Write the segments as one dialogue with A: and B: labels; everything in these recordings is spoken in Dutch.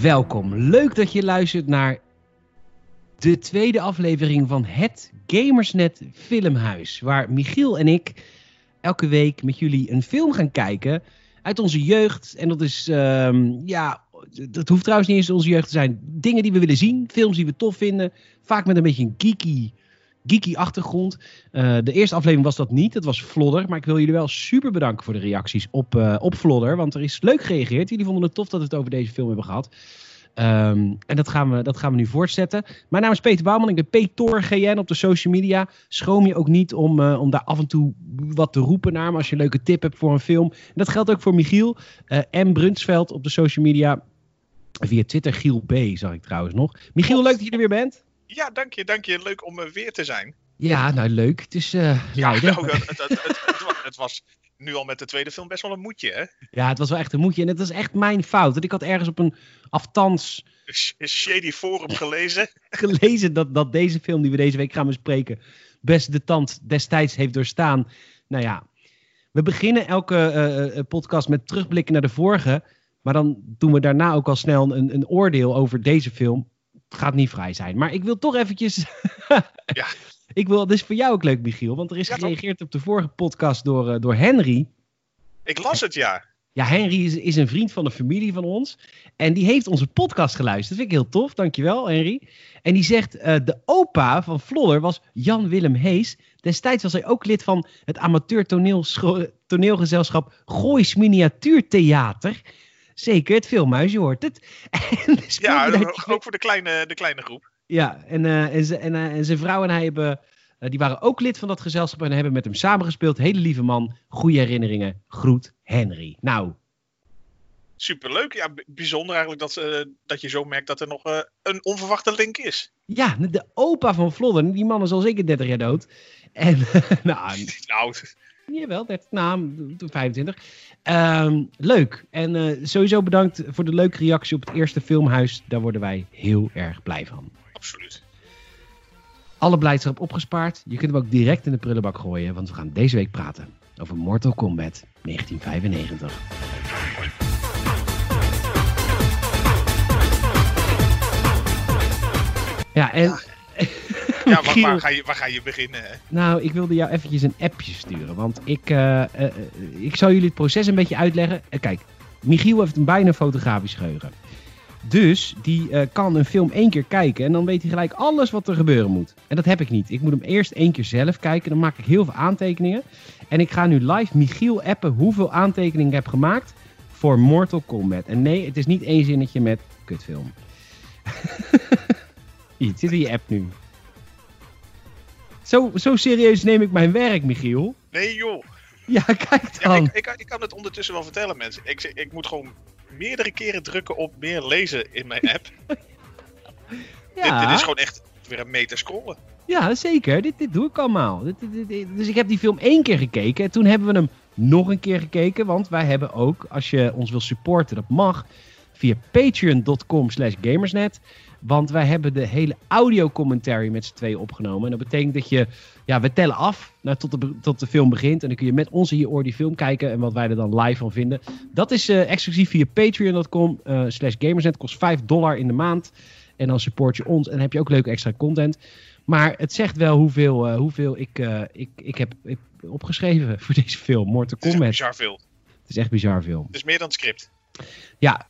A: welkom. Leuk dat je luistert naar de tweede aflevering van het Gamersnet Filmhuis. Waar Michiel en ik elke week met jullie een film gaan kijken uit onze jeugd. En dat is, ehm, ja, dat hoeft trouwens niet eens onze jeugd te zijn. Dingen die we willen zien, films die we tof vinden. Vaak met een beetje een geeky, geeky achtergrond. Eh, de eerste aflevering was dat niet, dat was Vlodder. Maar ik wil jullie wel super bedanken voor de reacties op, eh op Vlodder. Want er is leuk gereageerd. Jullie vonden het tof dat we het over deze film hebben gehad. Ehm, en dat gaan, we, dat gaan we nu voortzetten. Mijn naam is Peter Bouwman. Ik ben PTOR GN op de social media. Schroom je ook niet om, eh, om daar af en toe wat te roepen naar me als je een leuke tip hebt voor een film. En dat geldt ook voor Michiel eh, en Brunsveld op de social media. Via Twitter Giel B, zag ik trouwens nog. Michiel, leuk dat je er weer bent.
B: Ja, dank je, dank je. Leuk om er weer te zijn.
A: Ja, nou leuk. Het is eh Leiden.
B: nou, dat- het, het, het, het was, het was nu al met de tweede film best wel een moedje, hè?
A: Ja, het was wel echt een moedje. En het was echt mijn fout. Want ik had ergens op een aftans
B: Een sh- een Shady Forum gelezen.
A: gelezen dat, dat deze film die we deze week gaan bespreken best de tand destijds heeft doorstaan. Nou ja, we beginnen elke eh, eh, podcast met terugblikken naar de vorige. Maar dan doen we daarna ook al snel een, een oordeel over deze film. Het gaat niet vrij zijn. Maar ik wil toch eventjes...
B: Ja.
A: Ik wil, dit is voor jou ook leuk, Michiel. Want er is
B: Ja, toch?
A: gereageerd op de vorige podcast door, eh, door Henry.
B: Ik las het, ja.
A: Ja, Henry is, is een vriend van de familie van ons. En die heeft onze podcast geluisterd. Dat vind ik heel tof. Dankjewel, Henry. En die zegt, eh, de opa van Flodder was Jan-Willem Hees. Destijds was hij ook lid van het amateur toneelscho- toneelgezelschap Goois Miniatuurtheater. Zeker, het filmhuis, je hoort het. En dus
B: Ja,
A: speelde hij-
B: ook ook voor de kleine, de kleine groep.
A: ja, en, eh, en, ze- en, eh, en zijn vrouw en hij hebben, eh, die waren ook lid van dat gezelschap en hebben met hem samengespeeld. Hele lieve man, goede herinneringen. Groet Henry. Nou,
B: Superleuk. Ja, b- bijzonder eigenlijk dat, eh, dat je zo merkt dat er nog eh, een onverwachte link is.
A: Ja, de opa van Vlodder. Die man is al zeker 30 jaar dood. En, nou,
B: Nou,
A: jawel, 30, nou, 25. Ehm, leuk. En eh, sowieso bedankt voor de leuke reactie op het eerste filmhuis. Daar worden wij heel erg blij van.
B: absoluut.
A: Alle blijdschap opgespaard. Je kunt hem ook direct in de prullenbak gooien, want we gaan deze week praten over Mortal Kombat 1995. Ja, en...
B: Ja, waar,
A: Giel-
B: waar, ga, je, waar ga je beginnen? hè?
A: Nou, ik wilde jou eventjes een appje sturen. Want ik, eh, eh, eh, ik zal jullie het proces een beetje uitleggen. Eh, kijk, Michiel heeft een bijna fotografisch geheugen. Dus die eh, kan een film één keer kijken en dan weet hij gelijk alles wat er gebeuren moet. En dat heb ik niet. Ik moet hem eerst één keer zelf kijken. Dan maak ik heel veel aantekeningen. En ik ga nu live Michiel appen hoeveel aantekeningen ik heb gemaakt voor Mortal Kombat. En nee, het is niet één zinnetje met kutfilm. Hier, het zit in je app nu. Zo, zo serieus neem ik mijn werk, Michiel.
B: Nee, joh.
A: Ja, kijk
B: Ja,
A: dan.
B: ik, ik, ik kan het ondertussen wel vertellen, mensen. Ik, ik moet gewoon meerdere keren drukken op meer lezen in mijn app. Dit, dit is gewoon echt weer een meter scrollen.
A: Ja, zeker. Dit, dit doe ik allemaal. Dit, dit- dit- dit- Dus ik heb die film één keer gekeken. En toen hebben we hem nog een keer gekeken. Want wij hebben ook, als je ons wil supporten, dat mag. Via patreon.com slash gamersnet. Want wij hebben de hele audio commentary met z'n tweeën opgenomen. En dat betekent dat je... Ja, we tellen af nou, tot, de, be- tot de film begint. En dan kun je met ons in je oor die film kijken. En wat wij er dan live van vinden. Dat is eh, exclusief via patreon.com eh, slash gamersnet. Kost 5 dollar in de maand. En dan support je ons. En heb je ook leuke extra content. Maar het zegt wel hoeveel, eh, hoeveel ik, eh, ik, ik heb ik, opgeschreven voor deze film. Mortal
B: Het is echt
A: Kombat.
B: bizar veel.
A: Het is echt bizar film.
B: Het is meer dan het script.
A: Ja,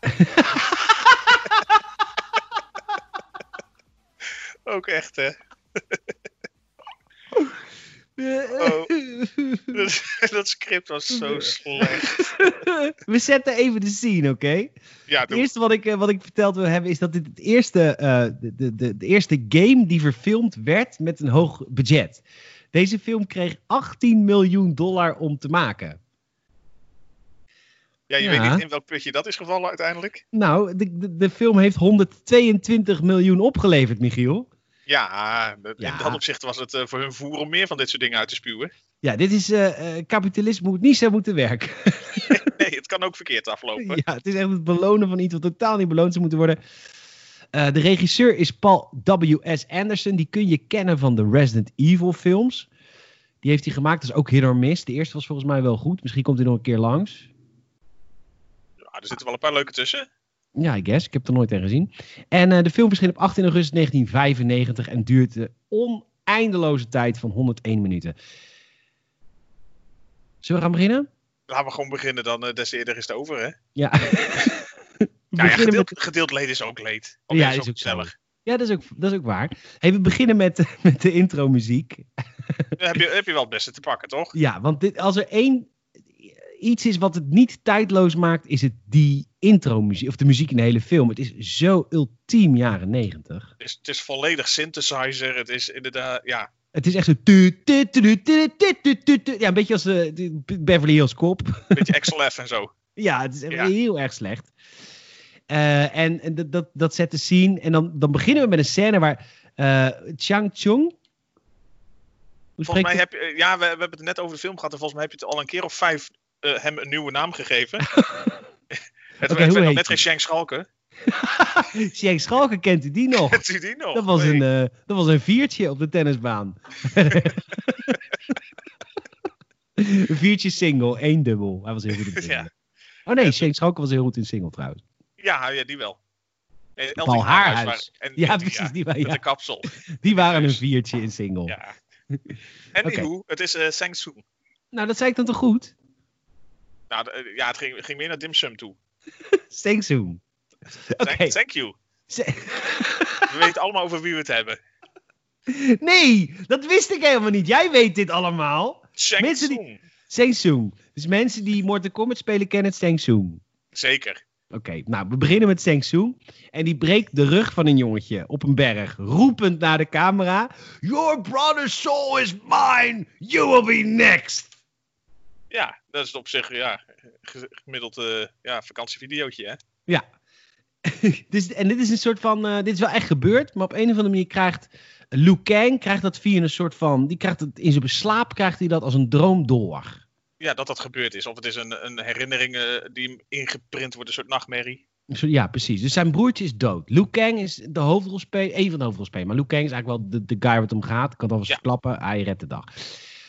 B: Ook echt, hè? Oh.
A: we
B: Dat, dat script was zo slecht.
A: zetten even de scene, oké?
B: Ja,
A: Het
B: doe.
A: eerste wat ik, eh, wat ik verteld wil hebben is dat dit het eerste, eh, de, de, de, de eerste game die verfilmd werd met een hoog budget. Deze film kreeg 18 miljoen dollar om te maken.
B: Ja, je
A: ja.
B: weet niet in welk putje dat is gevallen uiteindelijk.
A: Nou, de, de, de film heeft 122 miljoen opgeleverd, Michiel.
B: Ja, in
A: Ja.
B: dat opzicht was het eh, voor hun voer om meer van dit soort dingen uit te spuwen.
A: Ja, dit is eh, eh, kapitalisme moet niet zo moeten werken.
B: Nee, het kan ook verkeerd aflopen.
A: Ja, het is echt het belonen van iets wat totaal niet beloond zou moeten worden. Eh, de regisseur is Paul W.S. Anderson. Die kun je kennen van de Resident Evil films. Die heeft hij gemaakt. Dat is ook Hit or Miss. De eerste was volgens mij wel goed. Misschien komt hij nog een keer langs.
B: Ja, er zitten wel een paar leuke tussen.
A: Ja, I guess. Ik heb het er nooit tegen gezien. En eh, de film verscheen op 18 augustus 1995 en duurt de oneindeloze tijd van 101 minuten. Zullen we gaan beginnen?
B: Laten we gewoon beginnen dan. eh, des te eerder is het over, hè?
A: Ja.
B: Ja, ja
A: Beginnen met-
B: gedeeld, gedeeld leed is ook leed. Oké,
A: Ja,
B: is
A: is
B: ook
A: ook zo.
B: gezellig.
A: Ja, dat is ook, dat is ook waar. Hey, we beginnen met, met de intro-muziek.
B: Dan heb je, heb je wel het beste te pakken, toch?
A: Ja, want dit, als er één iets is wat het niet tijdloos maakt, is het die intro-muziek. Of de muziek in de hele film. Het is zo ultiem jaren negentig.
B: Het is, het is volledig synthesizer. Het is inderdaad, ja.
A: Het is echt zo. tu, tu, tu, tu, tu, tu, tu, tu, tu. Ja, een beetje als de, de Beverly Hills Cop.
B: Een beetje XLF en zo.
A: Ja, het is echt
B: Ja.
A: heel erg slecht. Eh, en en dat, dat, dat zet de scene. En dan, dan beginnen we met een scène waar eh Chang Chung. Hoe
B: Volgens mij
A: je-
B: heb je, eh, ja, we, we hebben het net over de film gehad. En volgens mij heb je het al een keer of vijf eh, hem een nieuwe naam gegeven. het
A: hoe
B: werd nog
A: heet
B: net
A: hij?
B: geen Shank Schalken.
A: Chang Schalken kent u die nog?
B: Kent u die nog?
A: Oh. Dat was,
B: Oh, Nee.
A: een, eh, dat was een viertje op de tennisbaan. een viertje single, één dubbel. Hij was heel goed in single.
B: Ja.
A: Oh nee, Shane Schalken was heel goed in single trouwens.
B: Ja, ja, die wel. Eh, Elton
A: Paul
B: Haarhuis
A: Haarhuis.
B: waren- en-
A: Ja,
B: en-
A: precies.
B: ja,
A: Die, wa-
B: Met
A: ja, Oh.
B: de kapsel.
A: die waren een viertje in single.
B: Ja. En het is eh Sang Soo.
A: Nou, dat zei ik dan toch goed?
B: Nou, de- eh, ja, het ging, ging meer naar Dim Sum toe.
A: Sengsoen. Oké.
B: Thank- Thank you. We weten allemaal over wie we het hebben.
A: Nee, dat wist ik helemaal niet. Jij weet dit allemaal.
B: Shang
A: Mensen die-
B: Tsung.
A: Sengsoen. Dus mensen die Mortal Kombat spelen kennen het Sengsoen.
B: Zeker.
A: Oké, nou, we beginnen met Seng Soon. En die breekt de rug van een jongetje op een berg, roepend naar de camera. Your brother's soul is mine, you will be next.
B: Ja, dat is op zich ja, ge- gemiddeld eh, ja, vakantievideootje, hè?
A: Ja. dus, en dit is een soort van, eh, dit is wel echt gebeurd, maar op een of andere manier krijgt Liu Kang krijgt dat via een soort van, die krijgt het in zijn slaap krijgt hij dat als een droom door.
B: Ja, dat dat gebeurd is. Of het is een, een herinnering eh, die hem ingeprint wordt, een soort nachtmerrie.
A: Zo- Ja, precies. Dus zijn broertje is dood. Liu Kang is de hoofdrolspeler, een van de hoofdrolspelers. Maar Liu Kang is eigenlijk wel de, de guy wat om gaat. Ik kan het alvast
B: Ja.
A: verklappen. Hij redt de dag.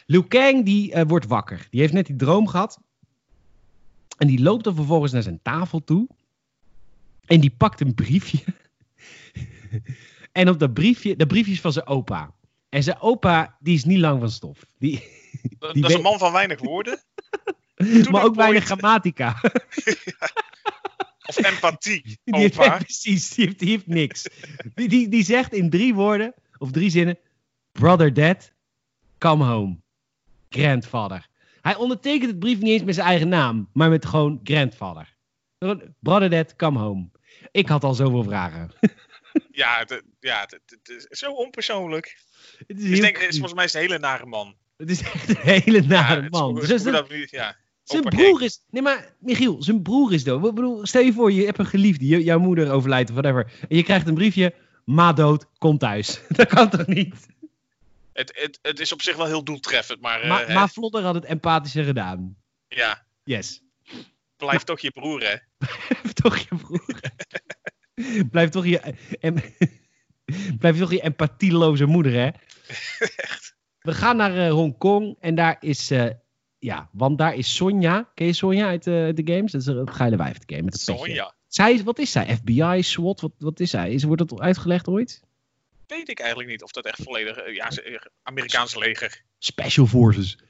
A: Liu Kang die eh, wordt wakker. Die heeft net die droom gehad. En die loopt dan vervolgens naar zijn tafel toe. En die pakt een briefje. en op dat briefje, dat briefje is van zijn opa. En zijn opa, die is niet lang van stof. Die,
B: Dat,
A: Die
B: dat is
A: we-
B: een man van weinig woorden.
A: maar ook
B: nooit.
A: weinig grammatica.
B: Of empathie,
A: Die heeft,
B: opa.
A: precies, die heeft, die heeft niks. Die, die, die zegt in drie woorden, of drie zinnen... Brother dad, come home. Grandfather. Hij ondertekent het brief niet eens met zijn eigen naam, maar met gewoon grandfather. Brother dad, come home. Ik had al zoveel vragen.
B: Ja, het, ja het, het- het is zo onpersoonlijk.
A: Het is,
B: Dus ik
A: heel
B: denk, eh,
A: cru.
B: volgens mij is het een hele nare man.
A: het is echt een hele nare
B: ja,
A: man. Dus
B: Het is
A: Zo-
B: goed- goed,
A: zo-
B: dat we niet- ja.
A: Zijn
B: Hoppakee.
A: broer is. Nee, maar Michiel, zijn broer is dood. Ik bedoel, stel je voor, je hebt een geliefde, je- jouw moeder overlijdt of whatever. En je krijgt een briefje: Ma dood, kom thuis. Dat kan toch niet?
B: Het, het, het is op zich wel heel doeltreffend, maar, eh,
A: Maar,
B: hè,
A: maar Vlodder had het empathischer gedaan.
B: ja,
A: Yes.
B: blijf toch je broer, hè?
A: Blijf toch je broer. Blijf toch je. eh, em- Blijf toch je empathieloze moeder, hè? We gaan naar eh, Hongkong en daar is. eh, ja, want daar is Sonja. Ken je Sonja uit eh, de games? Dat is een geile wijf uit de game. Met een petje.
B: Sonja.
A: Zij is, wat is zij? FBI, SWAT, wat, wat is zij? Is, wordt dat uitgelegd ooit?
B: Weet ik eigenlijk niet of dat echt volledig. eh, Ja, ze- eh, Amerikaans leger.
A: Special Forces. Nou,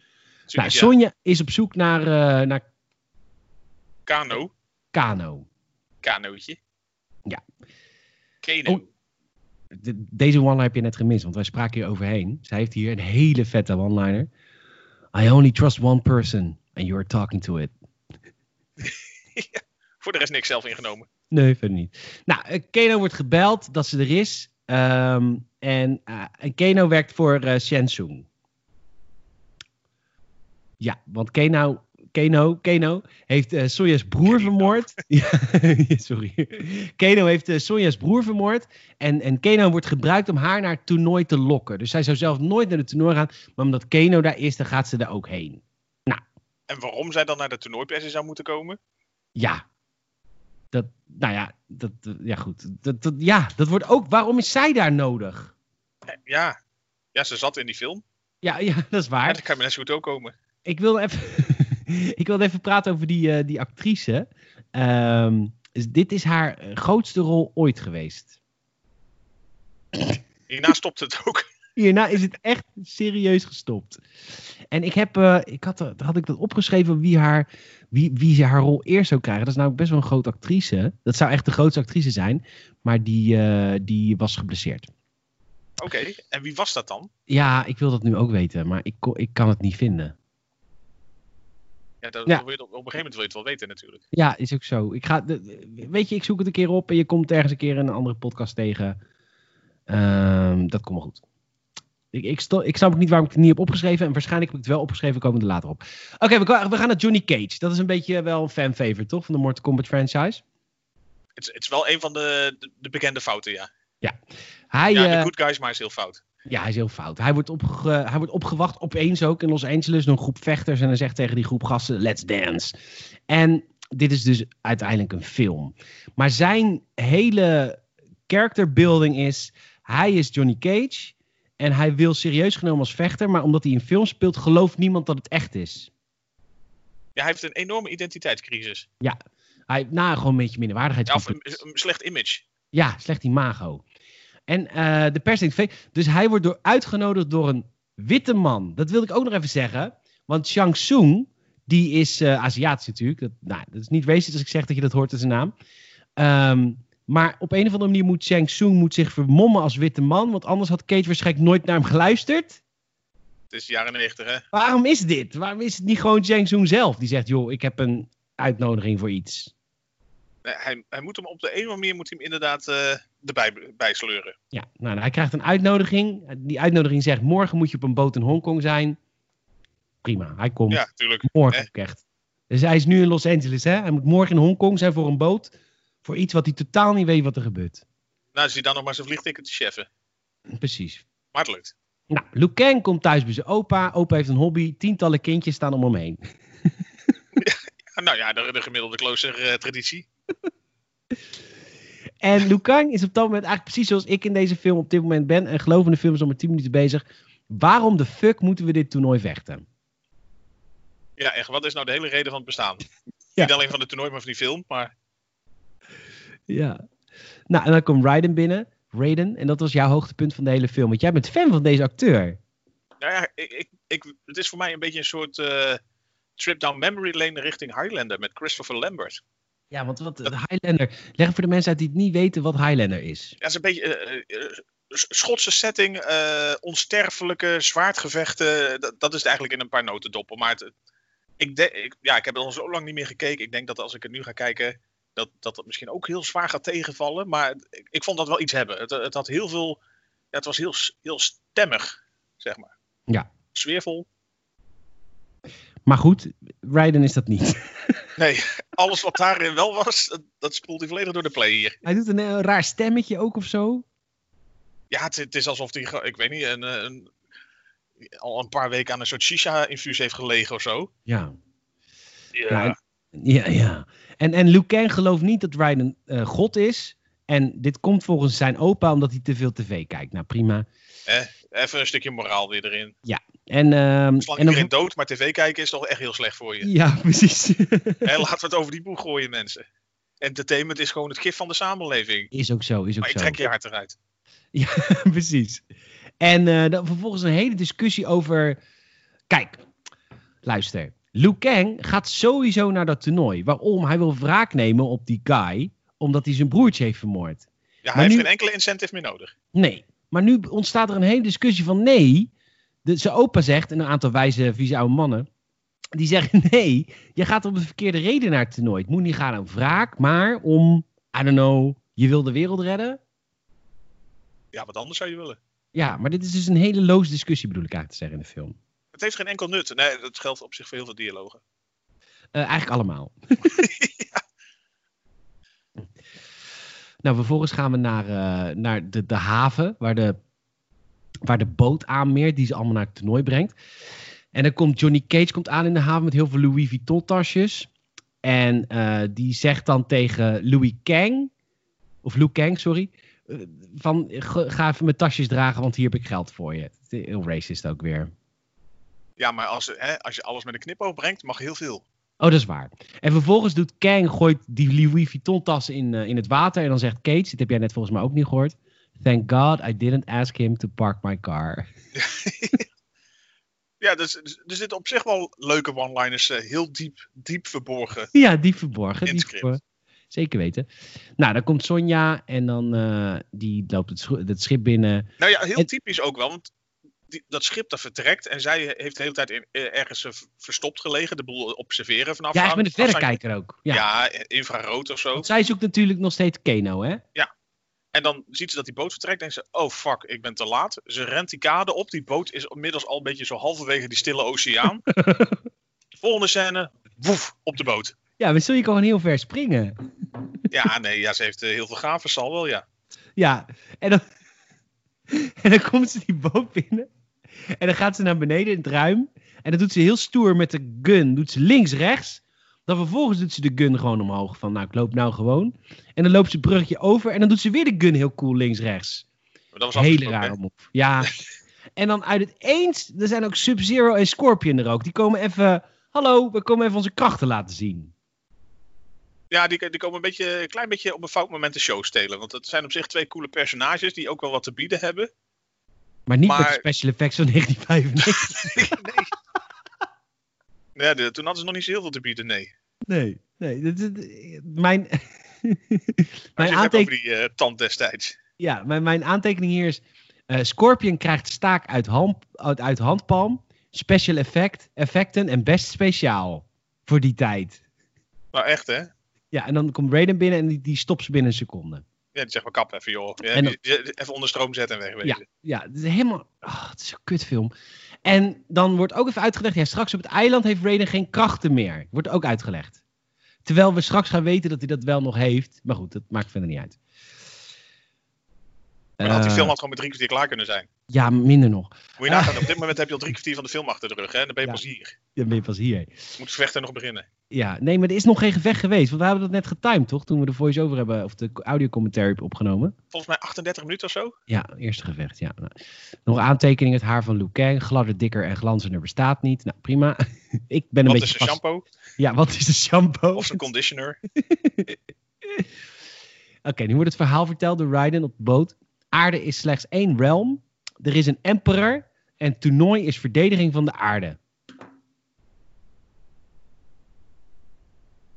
B: Zoiets, ja.
A: Sonja is op zoek naar, eh, naar
B: Kano.
A: Kano.
B: Kanootje.
A: Ja.
B: Kano.
A: Oh. De- deze one-liner heb je net gemist, want wij spraken hier overheen. Zij heeft hier een hele vette one-liner. I only trust one person, and you're talking to it.
B: Voor de rest niks zelf ingenomen.
A: Nee, verder niet. Nou, eh, Kano wordt gebeld dat ze er is. Ehm, en, eh, en Kano werkt voor eh Shenzhen. Ja, want Kano, Kano, Kano heeft eh, Sonja's broer
B: Kano.
A: vermoord. Ja, sorry. Kano heeft eh, Sonja's broer vermoord. En, en Kano wordt gebruikt om haar naar het toernooi te lokken. Dus zij zou zelf nooit naar het toernooi gaan. Maar omdat Kano daar is, dan gaat ze daar ook heen.
B: En waarom zij dan naar de toernooipersen zou moeten komen?
A: Ja. Dat, nou ja, dat, ja goed. Dat, dat, ja, dat wordt ook. Waarom is zij daar nodig?
B: Eh, Ja. Ja, ze zat in die film.
A: Ja, ja dat is
B: Ja,
A: waar.
B: dat kan me net zo goed ook komen.
A: Ik wil even, ik wil even praten over die, eh, die actrice. Ehm, Dus dit is haar eh, grootste rol ooit geweest.
B: Hierna stopt het ook.
A: Hierna is het echt serieus gestopt. En ik heb, eh, ik had, er- had ik dat opgeschreven wie, haar, wie, wie ze haar rol eerst zou krijgen. Dat is namelijk best wel een grote actrice. Dat zou echt de grootste actrice zijn. Maar die, eh, die was geblesseerd.
B: Oké, en wie was dat dan?
A: Ja, ik wil dat nu ook weten, maar ik, kon- ik kan het niet vinden.
B: Ja, dat,
A: Ja.
B: Wil je, dat- op een gegeven moment wil je het wel weten natuurlijk.
A: Ja, is ook zo. Ik ga, de- de- weet je, ik zoek het een keer op en je komt ergens een keer in een andere podcast tegen. Ehm, dat komt wel goed. Ik, ik, sto- ik snap ook niet waarom ik het niet heb opgeschreven. En waarschijnlijk heb ik het wel opgeschreven, komen we er later op. Oké, we, kwa- we gaan naar Johnny Cage. Dat is een beetje wel een fanfavorite, toch? Van de Mortal Kombat franchise.
B: Het, is- het is wel een van de, de, de bekende fouten, ja.
A: Hij,
B: ja,
A: eh,
B: de good guys, maar is heel fout.
A: Ja, hij is heel fout. Hij wordt, opge- hij wordt opgewacht opeens ook in Los Angeles door een groep vechters. En hij zegt tegen die groep gasten, let's dance. En dit is dus uiteindelijk een film. Maar zijn hele character building is... Hij is Johnny Cage. En hij wil serieus genomen als vechter. Maar omdat hij in film speelt, gelooft niemand dat het echt is.
B: Ja, hij heeft een enorme identiteitscrisis.
A: Hij, nou, gewoon een beetje
B: Ja, of
A: minderwaardigheidscomplex.
B: een, een slecht image.
A: Ja, slecht imago. En eh, de pers denkt, fake. dus hij wordt door, uitgenodigd door een witte man. Dat wilde ik ook nog even zeggen. Want Shang Tsung, die is eh Aziatisch natuurlijk. Dat, nou, dat is niet racist als ik zeg dat je dat hoort in zijn naam. Ehm, maar op een of andere manier moet Shang Tsung moet zich vermommen als witte man. Want anders had Cage waarschijnlijk nooit naar hem geluisterd.
B: Het is de jaren 90, hè?
A: Waarom is dit? Waarom is het niet gewoon Shang Tsung zelf? Die zegt, joh, ik heb een uitnodiging voor iets.
B: Nee, hij, hij moet hem op de een of andere manier moet hij hem inderdaad eh, erbij bij sleuren.
A: Ja, nou, hij krijgt een uitnodiging. Eh, Die uitnodiging zegt: morgen moet je op een boot in Hongkong zijn. Prima, hij komt
B: Ja, natuurlijk.
A: morgen
B: hè?
A: ook echt. Dus hij is nu in Los Angeles, hè? Hij moet morgen in Hongkong zijn voor een boot. Voor iets wat hij totaal niet weet wat er gebeurt.
B: Nou, zie dan nog maar zijn vliegticket te cheffen.
A: Precies.
B: Maar het lukt.
A: Nou, Liu Kang komt thuis bij zijn opa. Opa heeft een hobby. Tientallen kindjes staan om hem heen.
B: Ah, Nou ja, de, de gemiddelde klooster-traditie.
A: En Liu Kang is op dat moment eigenlijk precies zoals ik in deze film op dit moment ben. En geloof in de film is al maar 10 minuten bezig. Waarom de fuck moeten we dit toernooi vechten?
B: ja, echt. Wat is nou de hele reden van het bestaan?
A: Ja.
B: Niet alleen van het toernooi, maar van die film. Maar
A: Ja. Nou, en dan komt Raiden binnen. Raiden, en dat was jouw hoogtepunt van de hele film. Want jij bent fan van deze acteur.
B: nou ja, ik, ik, ik, het is voor mij een beetje een soort eh, trip down memory lane richting Highlander met Christopher Lambert.
A: Ja, want wat Highlander. Leg voor de mensen uit die het niet weten wat Highlander is.
B: Ja, het is een beetje eh, eh, S- Schotse setting, eh, onsterfelijke zwaardgevechten. eh, Dat, dat is het eigenlijk in een paar notendoppen. Maar het- ik, de- ik, ja, ik heb het al zo lang niet meer gekeken. Ik denk dat als ik het nu ga kijken, dat dat, dat misschien ook heel zwaar gaat tegenvallen. Maar ik, ik vond dat wel iets hebben. Het, het had heel veel. ja, het was heel, s- heel stemmig, zeg maar.
A: Ja.
B: Sfeervol.
A: Maar goed, Raiden is dat niet.
B: Nee, alles wat daarin wel was, dat, dat spoelt hij volledig door de play hier.
A: Hij doet een, eh, raar stemmetje ook of zo.
B: Ja, het, het is alsof hij, ik weet niet, een, eh, een, al een paar weken aan een soort shisha-infuus heeft gelegen of zo.
A: Ja.
B: Ja.
A: Ja, en- Ja, ja. En, en Liu Kang gelooft niet dat Raiden eh, God is. En dit komt volgens zijn opa omdat hij te veel tv kijkt. Nou, prima.
B: Even een stukje moraal weer erin.
A: En, ehm,
B: Slang
A: en dan-
B: iedereen dood, maar tv kijken is toch echt heel slecht voor je.
A: Ja, precies.
B: Hè, laten we het over die boeg gooien, mensen. Entertainment is gewoon het gif van de samenleving.
A: is ook zo, is ook
B: Maar je
A: zo.
B: trekt je hart eruit.
A: Precies. En eh, dan vervolgens een hele discussie over. Kijk, luister. Liu Kang gaat sowieso naar dat toernooi. Waarom? Hij wil wraak nemen op die guy, omdat hij zijn broertje heeft vermoord.
B: Ja, hij
A: Maar
B: heeft
A: nu-
B: geen enkele incentive meer nodig.
A: Nee. Maar nu ontstaat er een hele discussie van nee. De, zijn opa zegt, en een aantal wijze, vieze oude mannen. Die zeggen nee, je gaat om de verkeerde reden naar het toernooi. Het moet niet gaan om wraak, maar om, I don't know, je wil de wereld redden.
B: Ja, wat anders zou je willen.
A: Ja, maar dit is dus een hele loze discussie bedoel ik eigenlijk te zeggen in de film.
B: Het heeft geen enkel nut. Nee, dat geldt op zich voor heel veel dialogen.
A: Eh, eigenlijk allemaal. Nou, vervolgens gaan we naar, eh, naar de, de haven waar de, waar de boot aanmeert die ze allemaal naar het toernooi brengt. En dan komt Johnny Cage komt aan in de haven met heel veel Louis Vuitton tasjes. En eh, die zegt dan tegen Louis Kang, of Lou Kang, sorry, eh, van "Ge- ga even mijn tasjes dragen, want hier heb ik geld voor je. Heel racist ook weer.
B: Ja, maar als, hè, als je alles met een knipoog brengt, mag heel veel.
A: Oh, dat is waar. En vervolgens doet Kang, gooit die Louis Vuitton tas in, eh, in het water. En dan zegt Kate, dit heb jij net volgens mij ook niet gehoord. Thank God I didn't ask him to park my car.
B: Ja, dus, dus er zitten op zich wel leuke one-liners. eh, heel diep, diep verborgen.
A: Ja, die verborgen.
B: In
A: Die
B: het script.
A: verborgen. Zeker weten. Nou, dan komt Sonja en dan eh, die loopt het, scho- het schip binnen.
B: Nou ja, heel
A: En-
B: typisch ook wel. Want die, dat schip dat vertrekt. En zij heeft de hele tijd in, eh, ergens eh, v- verstopt gelegen. De boel observeren vanaf.
A: Ja, eigenlijk met een
B: afzijn-
A: verrekijker ook. Ja.
B: Ja. eh, infrarood of zo.
A: Want zij zoekt natuurlijk nog steeds Keno, hè?
B: En dan ziet ze dat die boot vertrekt. Denkt ze, oh fuck, ik ben te laat. Ze rent die kade op. Die boot is inmiddels al een beetje zo halverwege die stille oceaan. Volgende scène, woef, op de boot.
A: Ja, maar zul je gewoon heel ver springen.
B: Ja, nee, ja, ze heeft eh, heel veel gaven, zal wel, ja.
A: Ja, en dan, en dan komt ze die boot binnen. En dan gaat ze naar beneden in het ruim. En dan doet ze heel stoer met de gun. Doet ze links, rechts. Dan vervolgens doet ze de gun gewoon omhoog. Van nou, ik loop nou gewoon. En dan loopt ze het bruggetje over. En dan doet ze weer de gun heel cool links, rechts.
B: Maar dat was
A: Hele
B: afgesproken, hè?
A: rare move. Ja. En dan uit het eens. Er zijn ook Sub-Zero en Scorpion er ook. Die komen even. Hallo, we komen even onze krachten laten zien.
B: Ja, die, die komen een, beetje, een klein beetje op een fout moment de show stelen. Want het zijn op zich twee coole personages die ook wel wat te bieden hebben.
A: Maar niet met
B: Maar-
A: de special effects van 1995.
B: Ja, de- toen hadden ze nog niet zo heel veel te bieden, nee.
A: Nee, nee. Dit, dit- mijn
B: Maar
A: mijn,
B: je hebt over
A: aanteken,
B: die eh, tand destijds.
A: ja, mijn, mijn aantekening hier is... eh, Scorpion krijgt staak uit, hand, uit, uit handpalm, special effect, effecten en best speciaal voor die tijd.
B: Nou, echt, hè?
A: Ja, en dan komt Raiden binnen en die, die stopt ze binnen een seconde.
B: Ja, die zegt maar kap even, joh. Ja,
A: En dan-
B: die- die- Even onder stroom zetten en wegwezen.
A: Ja, het is helemaal. ah, het is een kutfilm. En dan wordt ook even uitgelegd: ja, straks op het eiland heeft Raiden geen krachten meer. Wordt ook uitgelegd. Terwijl we straks gaan weten dat hij dat wel nog heeft. Maar goed, dat maakt verder niet uit.
B: Maar dan had die
A: Eh,
B: film had gewoon met drie kwartier klaar kunnen zijn.
A: Ja, minder nog.
B: Moet je
A: Ah.
B: nagaan, op dit moment heb je al drie kwartier van de film achter de rug, hè? En dan ben je
A: Ja.
B: pas hier.
A: Dan ben je pas hier.
B: Moet het vechten nog beginnen.
A: Ja, nee, maar er is nog geen gevecht geweest. Want we hebben dat net getimed, toch? Toen we de voice-over hebben, of de audio-commentary hebben opgenomen.
B: Volgens mij 38 minuten of zo.
A: Ja, eerste gevecht, ja. Nou, Nog aantekening, het haar van Liu Kang. Gladder, dikker en glanzender bestaat niet. Nou, prima. Ik ben een
B: Wat is
A: beetje vast-
B: de shampoo?
A: Ja, wat is de shampoo?
B: Of zijn conditioner?
A: Oké, nu wordt het verhaal verteld door Raiden op de boot. Aarde is slechts één realm. Er is een emperor. En toernooi is verdediging van de aarde.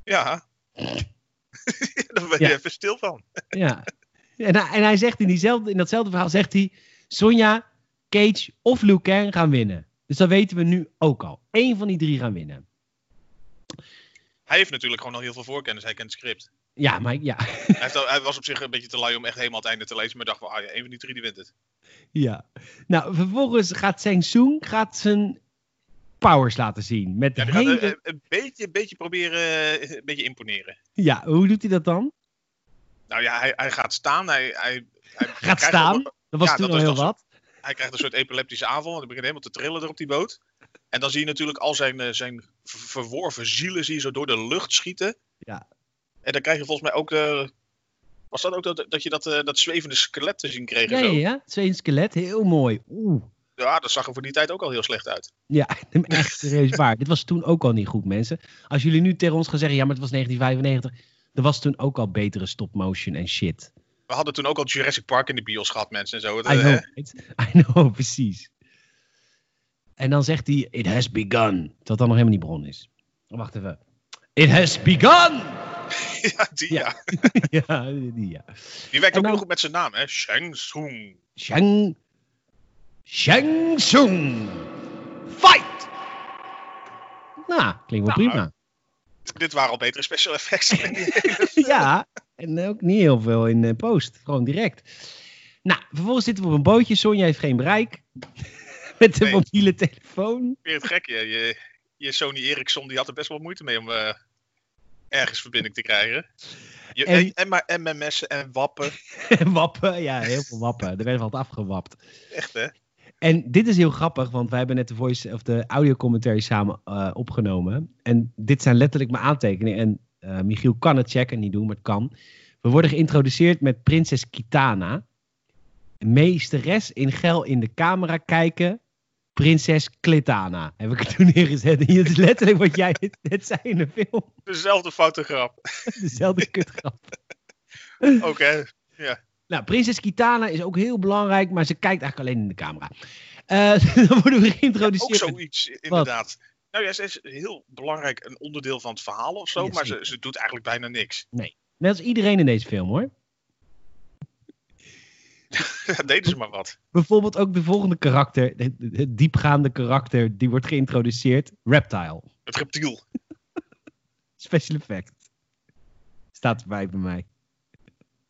B: Ja. Daar ben je
A: Ja.
B: even stil van.
A: Ja. En hij, en hij zegt in, diezelfde, in datzelfde verhaal, zegt hij... Sonja, Cage of Liu Kang gaan winnen. Dus dat weten we nu ook al. Eén van die drie gaan winnen.
B: Hij heeft natuurlijk gewoon al heel veel voorkennis. Hij kent het script.
A: Ja, maar ja.
B: Hij, heeft al- hij was op zich een beetje te lui om echt helemaal het einde te lezen. Maar dacht wel, ah ja, één van die drie die wint het.
A: ja. Nou, vervolgens gaat Shang Tsung gaat zijn powers laten zien. Met
B: Ja, die gaat
A: hele...
B: eh, eh, een, beetje, een beetje proberen, eh, een beetje imponeren.
A: ja, hoe doet hij dat dan?
B: Nou ja, hij, hij gaat staan. Hij, hij, hij
A: Gaat
B: krijgt
A: staan.
B: ook-
A: Dat was
B: Ja,
A: toen
B: dat
A: al
B: was
A: heel
B: dan
A: wat.
B: hij krijgt een soort epileptische aanval. En dan begint helemaal te trillen er op die boot. En dan zie je natuurlijk al zijn, eh, zijn ver- verworven zielen zie je zo door de lucht schieten.
A: Ja.
B: En dan krijg je volgens mij ook... eh, was dat ook dat, dat je dat, eh, dat zwevende skelet te zien kreeg?
A: Ja,
B: en zo?
A: ja, ja. Twee skelet. Heel mooi. Oeh.
B: ja, dat zag er voor die tijd ook al heel slecht uit.
A: Ja, echt serieus waar. Dit was toen ook al niet goed, mensen. Als jullie nu tegen ons gaan zeggen, ja, maar het was 1995. Er was toen ook al betere stop-motion en shit.
B: We hadden toen ook al Jurassic Park in de bios gehad, mensen. En zo.
A: I
B: Eh,
A: know, right? I know, precies. En dan zegt hij, it has begun. Dat dan nog helemaal niet begonnen is. Oh, Wacht even. It has begun!
B: ja, die,
A: Ja.
B: ja.
A: ja, die, ja.
B: Die werkt
A: En
B: ook
A: dan-
B: heel goed met zijn naam, hè? Shang Tsung.
A: Shang... Shang Tsung. Fight! Nou, klinkt wel
B: Nou,
A: prima.
B: Dit waren al betere special effects.
A: ja, en ook niet heel veel in eh, post. Gewoon direct. Nou, vervolgens zitten we op een bootje. Sonja heeft geen bereik. Met de
B: Nee.
A: mobiele telefoon.
B: Weer het gekje. Je, je Sony Ericsson die had er best wel moeite mee om eh, ergens verbinding te krijgen. Je,
A: En-
B: en, en, maar MMS'en en wappen.
A: En wappen. Ja, heel veel wappen. Er werden wat afgewapt.
B: Echt, hè?
A: En dit is heel grappig, want wij hebben net de voice of de audiocommentary samen eh, opgenomen. En dit zijn letterlijk mijn aantekeningen. En eh, Michiel kan het checken, niet doen, maar het kan. We worden geïntroduceerd met prinses Kitana. Meesteres in gel in de camera kijken. Prinses Clitana heb ik er toen neergezet. En dat is letterlijk wat jij net zei in de film.
B: Dezelfde foute grap.
A: Dezelfde kutgrap.
B: Oké.
A: Nou, prinses Kitana is ook heel belangrijk, maar ze kijkt eigenlijk alleen in de camera. Eh, dan worden we
B: Ook
A: geïntroduceerd. met-
B: zoiets, inderdaad. Nou ja, ze is heel belank een onderdeel van het verhaal of zo,
A: Ja,
B: maar ze,
A: zeker.
B: ze doet eigenlijk bijna niks.
A: Net als iedereen in deze film hoor.
B: Ja, deden ze maar wat.
A: Bijvoorbeeld ook de volgende karakter, het- het diepgaande karakter, die wordt geïntroduceerd. Reptile.
B: Het reptiel.
A: Special effect. Staat erbij bij mij.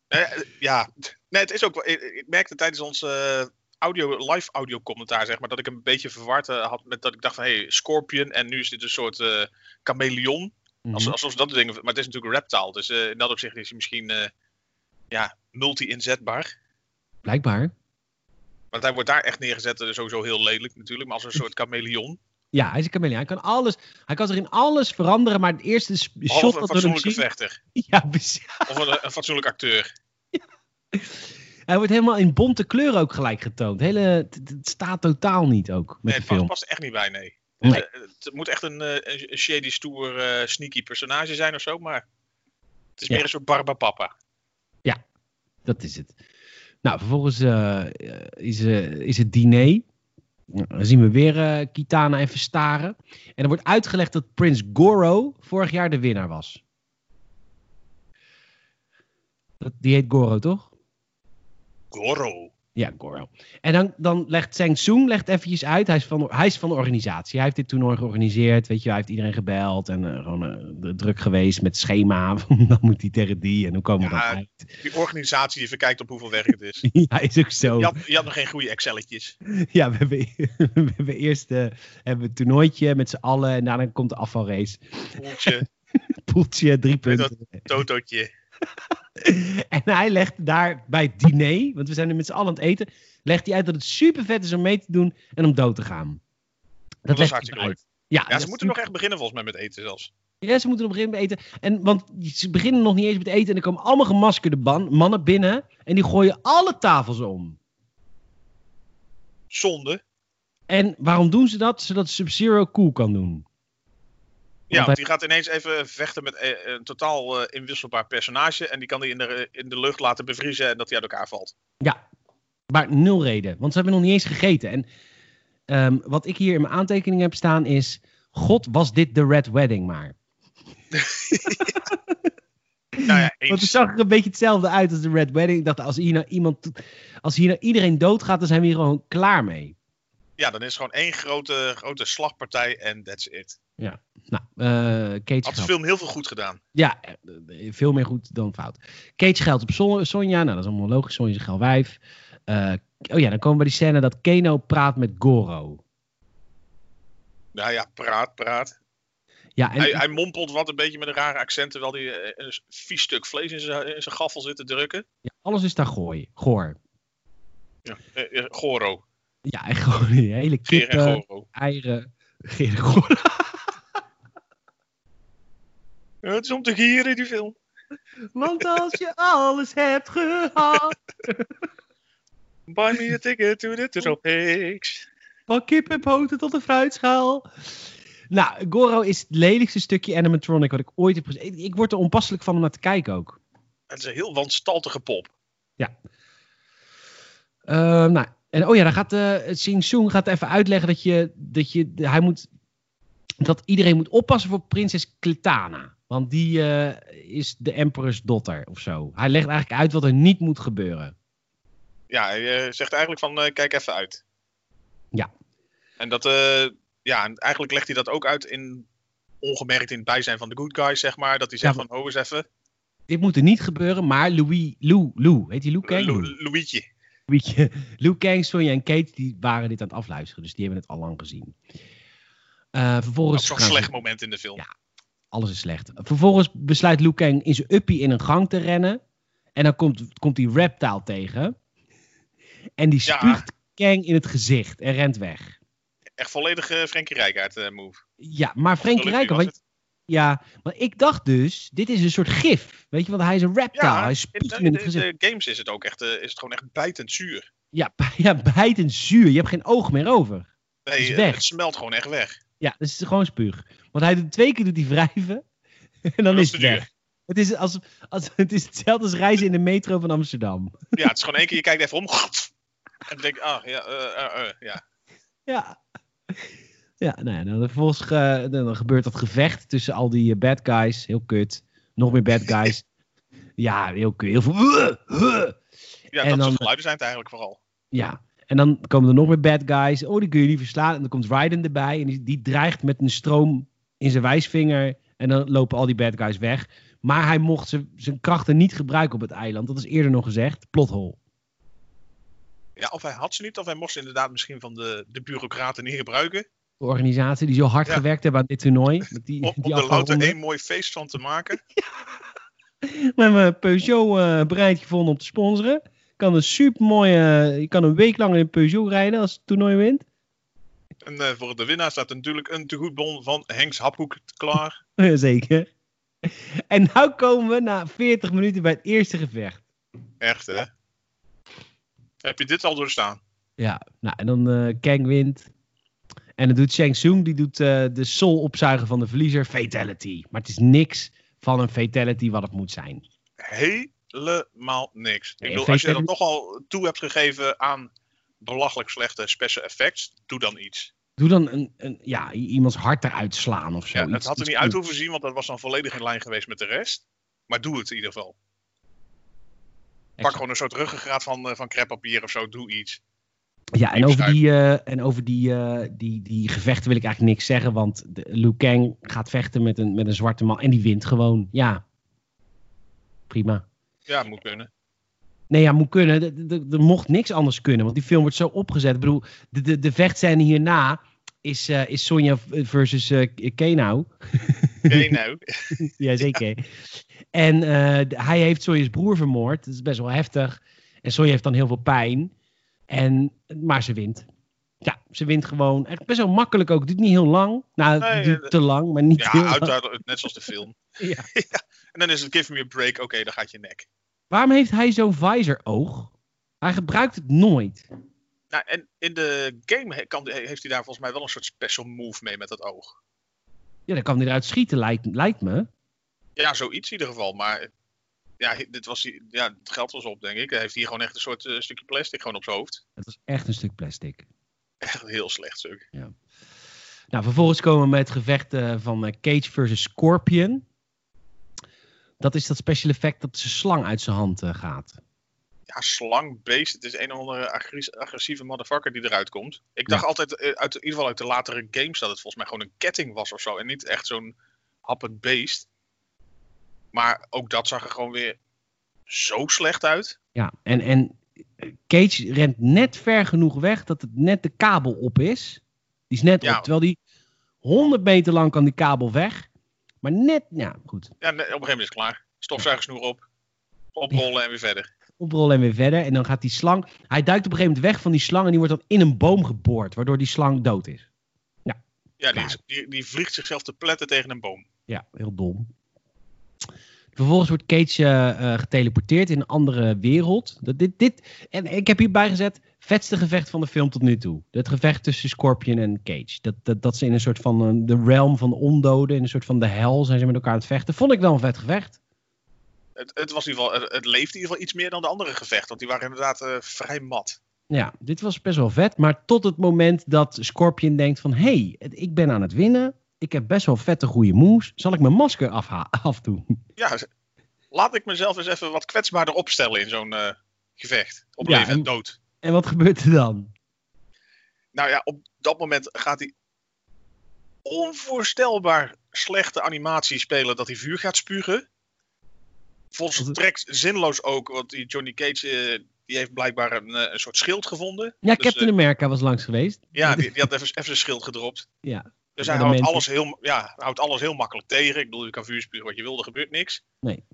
B: Eh, ja, nee, het is ook wel. Ik, ik merkte tijdens ons eh, audio, live audio commentaar, zeg maar, dat ik hem een beetje verward eh, had met dat ik dacht van hey, Scorpion en nu is dit een soort eh chameleon. Als,
A: Mhm.
B: alsof dat de dingen. Maar het is natuurlijk een reptile, dus eh, in dat opzicht is hij misschien eh, ja, multi-inzetbaar.
A: Blijkbaar.
B: Want hij wordt daar echt neergezet, eh, sowieso heel lelijk natuurlijk, maar als een soort chameleon.
A: Ja, hij is een chameleon. Hij kan alles, hij kan zich in alles veranderen, maar het eerste s- shot
B: Behalve een
A: dat we hem
B: fatsoenlijke
A: zien...
B: vechter.
A: Ja, precies.
B: Of een, een fatsoenlijk acteur.
A: Hij wordt helemaal in bonte kleuren ook gelijk getoond. Hele, het, het staat totaal niet ook met
B: Nee,
A: de
B: het past,
A: film.
B: past er echt niet bij, nee.
A: Nee.
B: Het, eh, het moet echt een, eh, een shady, stoer, eh, sneaky personage zijn of zo, maar het is
A: Ja.
B: meer een soort Barbapapa.
A: Dat is het. Nou, vervolgens eh, is, eh, is het diner. Nou, Dan zien we weer eh, Kitana en Verstaren. En er wordt uitgelegd dat Prins Goro vorig jaar de winnaar was. Dat, die heet Goro, toch?
B: Goro.
A: Ja, Goro. En dan, dan legt Sang Soong legt eventjes uit. Hij is, van, hij is van de organisatie. Hij heeft dit toernooi georganiseerd. Weet je, hij heeft iedereen gebeld. En eh, gewoon eh, druk geweest met schema. Van, dan moet hij tegen die. En hoe komen we
B: Ja,
A: dan uit? Oh.
B: Die organisatie die verkijkt op hoeveel werk het is.
A: Ja, is ook zo.
B: Je had, je had nog geen goede Excelletjes.
A: Ja, we hebben, e- we hebben eerst eh, hebben we een toernooitje met z'n allen. En daarna komt de afvalrace.
B: Poeltje,
A: Poeltje, drie
B: Weet
A: punten.
B: tototje.
A: En hij legt daar bij het diner, want we zijn nu met z'n allen aan het eten, legt hij uit dat het super vet is om mee te doen en om dood te gaan.
B: Dat
A: legt
B: is
A: hij
B: hartstikke
A: eruit.
B: leuk.
A: Ja,
B: Ja,
A: dat
B: ze
A: is
B: moeten nog echt beginnen volgens mij met eten zelfs.
A: Ja, ze moeten op een gegeven moment eten. En, want ze beginnen nog niet eens met eten. En er komen allemaal gemaskerde ban- mannen binnen. En die gooien alle tafels om.
B: Zonde.
A: En waarom doen ze dat? Zodat Sub-Zero cool kan doen.
B: Ja,
A: hij-
B: want die gaat ineens even vechten met eh, een totaal eh, inwisselbaar personage. En die kan die in de, in de lucht laten bevriezen en dat hij uit elkaar valt.
A: Ja, maar nul reden. Want ze hebben nog niet eens gegeten. En ehm, wat ik hier in mijn aantekening heb staan is... God, was dit de Red Wedding maar.
B: Nou ja,
A: Want het
B: eens.
A: zag er een beetje hetzelfde uit als de Red Wedding. Ik dacht, als hier nou, iemand, als hier nou iedereen doodgaat, dan zijn we hier gewoon klaar mee.
B: Ja, dan is het gewoon één grote, grote slagpartij en that's it.
A: Nou, eh Kate
B: Had de
A: Schaap.
B: film heel veel goed gedaan.
A: Ja, eh, veel meer goed dan fout. Kate geldt op Son- Sonja. Nou, dat is allemaal logisch. Sonja is een geil wijf. Eh, oh ja, dan komen we bij die scène dat Keno praat met Goro.
B: Nou ja, praat, praat.
A: Ja, en
B: Hij, hij mompelt wat een beetje met een rare accent, terwijl hij eh, een s- vies stuk vlees in zijn in zijn gaffel zit te drukken.
A: ja, alles is daar gooi. Goor.
B: Ja. eh, eh, Goro.
A: Ja, en gewoon die hele
B: Geer en
A: kippen,
B: Goro.
A: eieren. Geer en Goor.
B: Eh, Het is om te gieren, die film.
A: Want als je alles hebt gehad,
B: Buy me a ticket to the tropics.
A: van kip en poten tot een fruitschaal. Nou, Goro is het lelijkste stukje animatronic wat ik ooit heb gezien. Ik, ik word er onpasselijk van om naar te kijken ook.
B: Het is een heel wanstaltige pop.
A: Eh, nou, en oh ja, dan gaat eh Sing Soong gaat even uitleggen dat je, dat je, hij moet, dat iedereen moet oppassen voor prinses Clitana. Want die eh, is de emperor's dotter of zo. Hij legt eigenlijk uit wat er niet moet gebeuren.
B: Ja, hij eh, zegt eigenlijk van, eh, kijk even uit.
A: Ja.
B: En dat, eh, ja, en eigenlijk legt hij dat ook uit in, ongemerkt in het bijzijn van de good guys, zeg maar. Dat hij zegt
A: Ja,
B: van, ho eens even,
A: Dit moet er niet gebeuren, maar Louis, Lou, Lou, heet die Lou Kang?
B: Lu- Louietje.
A: Louietje. Lou Kang, Sonja en Kate, die waren dit aan het afluisteren. Dus die hebben het al lang gezien. Eh,
B: Dat
A: vervolgens
B: is zo'n
A: gaan ze-
B: slecht moment in de film.
A: Ja. alles is slecht. Vervolgens besluit Liu Kang in zijn uppie in een gang te rennen. En dan komt, komt die reptile tegen. En die
B: Ja.
A: spuugt Kang in het gezicht en rent weg.
B: Echt volledig eh Frenkie Rijkaard eh, move.
A: Ja, maar Frenkie
B: Gelukkig
A: Rijker...
B: was
A: Want, ja, want ik dacht dus, dit is een soort gif. Weet je, want hij is een reptile. hij
B: in
A: spuugt hem
B: de,
A: in het gezicht.
B: de games is het ook echt, eh, is het gewoon echt bijtend zuur.
A: Ja, bij- ja, bijtend zuur. Je hebt geen oog meer over.
B: Nee,
A: is
B: eh,
A: weg.
B: het smelt gewoon echt weg.
A: Ja, dus het is gewoon spuug. Want hij doet twee keer doet hij wrijven. En dan
B: Dat
A: is
B: te
A: het
B: duur.
A: weg. Het is, als, als, het is hetzelfde als reizen in de metro van Amsterdam.
B: Ja, het is gewoon één keer, je kijkt even om. En dan denk je, ah, ja, eh, eh, eh, ja.
A: Ja. Ja, nou ja, dan vervolgens ge- dan gebeurt dat gevecht tussen al die eh, bad guys. Heel kut. Nog meer bad guys. ja, heel kut. Heel veel.
B: Ja,
A: En
B: dat
A: dan-
B: soort geluiden zijn het eigenlijk vooral.
A: Ja. En dan komen er nog meer bad guys. Oh, die kun je niet verslaan. En dan komt Raiden erbij. En die, die dreigt met een stroom in zijn wijsvinger. En dan lopen al die bad guys weg. Maar hij mocht zijn- zijn krachten niet gebruiken op het eiland. Dat is eerder nog gezegd. Plothole.
B: Ja, of hij had ze niet, of hij mocht ze inderdaad misschien van de, de bureaucraten niet gebruiken.
A: De organisatie die zo hard
B: Ja.
A: gewerkt hebben aan dit toernooi. Met die,
B: Om, om
A: die
B: er louter
A: afvalronde.
B: één mooi feest van te maken.
A: We hebben een Peugeot eh, bereid gevonden om te sponsoren. Kan een supermooie, eh, je kan een week lang in een Peugeot rijden als het toernooi wint.
B: En eh, voor de winnaar staat natuurlijk een tegoedbon van Henks Haphoek klaar.
A: Ja, Zeker. En nou komen we na 40 minuten bij het eerste gevecht.
B: Echt, hè? Heb je dit al doorstaan?
A: Ja, nou en dan eh Kang wint. En dan doet Shang Tsung, die doet eh, de sol opzuigen van de verliezer. Fatality. Maar het is niks van een fatality wat het moet zijn.
B: Helemaal niks. Ik
A: Nee,
B: bedoel, als je dat
A: feestje-
B: toch al toe hebt gegeven aan belachelijk slechte special effects, doe dan iets.
A: Doe dan een, een ja, i- iemands hart eruit slaan of zo.
B: Ja, het
A: Iets-
B: had er
A: iets
B: niet uit
A: cool.
B: hoeven zien, want dat was dan volledig in lijn geweest met de rest. Maar doe het in ieder geval. Pak gewoon een soort ruggengraat van, eh, van crepapier of zo. Doe iets.
A: Ja, en
B: Niks
A: over, die, eh, en over die, eh, die, die gevechten wil ik eigenlijk niks zeggen. Want de, Liu Kang gaat vechten met een, met een zwarte man. En die wint gewoon. Ja. Prima.
B: Ja, moet kunnen.
A: Nee, ja, moet kunnen. De- de- de- Er mocht niks anders kunnen. Want die film wordt zo opgezet. Ik bedoel, de, de, de vechtscène hierna is, eh, is Sonja versus eh Kenau.
B: Nee, nou.
A: Jazeker. En eh, d- hij heeft Sonja's broer vermoord. Dat is best wel heftig. En Sonja heeft dan heel veel pijn. En, maar ze wint. Ja, ze wint gewoon. Echt best wel makkelijk ook. Het duurt niet heel lang. Nou, het
B: Nee,
A: duurt
B: eh,
A: te lang, maar niet heel
B: Ja,
A: lang.
B: uitduidelijk. Net zoals de film.
A: Ja.
B: En dan is het give me a break. Oké, dan gaat je nek.
A: Waarom heeft hij zo'n visor-oog? Hij gebruikt het nooit.
B: Nou, en in de game he- kan, he- heeft hij daar volgens mij wel een soort special move mee met dat oog.
A: Ja, dan kan hij eruit schieten, lijkt, lijkt me.
B: Ja, zoiets in ieder geval. Maar eh, ja, he- dit was, die- ja, het geld was op, denk ik. Hij heeft hier gewoon echt een soort eh, stukje plastic gewoon op zijn hoofd.
A: Het was echt een stuk plastic.
B: Echt een heel slecht stuk.
A: Nou, vervolgens komen we met het gevecht eh, van eh, Cage versus Scorpion. Dat is dat special effect dat zijn slang uit zijn hand eh, gaat.
B: Ja, slangbeest. Het is een of andere agres- agressieve motherfucker die eruit komt. Ik dacht altijd, eh, uit, in ieder geval uit de latere games, dat het volgens mij gewoon een ketting was of zo. En niet echt zo'n happend beest. Maar ook dat zag er gewoon weer zo slecht uit.
A: Ja, en, en eh, Cage rent net ver genoeg weg dat het net de kabel op is. Die is net
B: Ja.
A: op, terwijl die 100 meter lang kan die kabel weg. Maar net, ja, goed.
B: Ja, nee, op een gegeven moment is het klaar. Stofzuigersnoer op. Oprollen en weer verder.
A: Oprollen en weer verder. En dan gaat die slang. Hij duikt op een gegeven moment weg van die slang en die wordt dan in een boom geboord, waardoor die slang dood is.
B: Ja, die, is- die, die vliegt zichzelf te pletten tegen een boom.
A: Ja, heel dom. Vervolgens wordt Cage eh, eh, geteleporteerd in een andere wereld. Dat, dit, dit, en ik heb hierbij gezet, vetste gevecht van de film tot nu toe. Het gevecht tussen Scorpion en Cage. Dat, dat, dat ze in een soort van eh, de realm van de ondoden, in een soort van de hel zijn ze met elkaar aan het vechten. Vond ik wel een vet gevecht.
B: Het, het, was in ieder geval, het, het leefde in ieder geval iets meer dan de andere gevechten. Want die waren inderdaad eh, vrij mat.
A: Ja, dit was best wel vet. Maar tot het moment dat Scorpion denkt van, hé, hey, het- ik ben aan het winnen. Ik heb best wel vette goede moves. Zal ik mijn masker afha- afdoen?
B: Ja, z- laat ik mezelf eens even wat kwetsbaarder opstellen in zo'n eh, gevecht. Op
A: Ja,
B: leven en
A: en-
B: dood.
A: En wat gebeurt er dan?
B: Nou ja, op dat moment gaat hij onvoorstelbaar slechte animatie spelen dat hij vuur gaat spugen. Volstrekt zinloos ook, want die Johnny Cage eh, die heeft blijkbaar een, eh, een soort schild gevonden.
A: Ja,
B: Dus,
A: Captain America was langs geweest.
B: Ja, die, die had even, even zijn schild gedropt.
A: Ja.
B: Dus
A: Ja,
B: hij
A: de
B: houdt
A: mensen.
B: alles, heel, ma- ja, hij houdt alles heel makkelijk tegen. Ik bedoel, je kan vuur spugen wat je wil, er gebeurt niks.
A: Nee.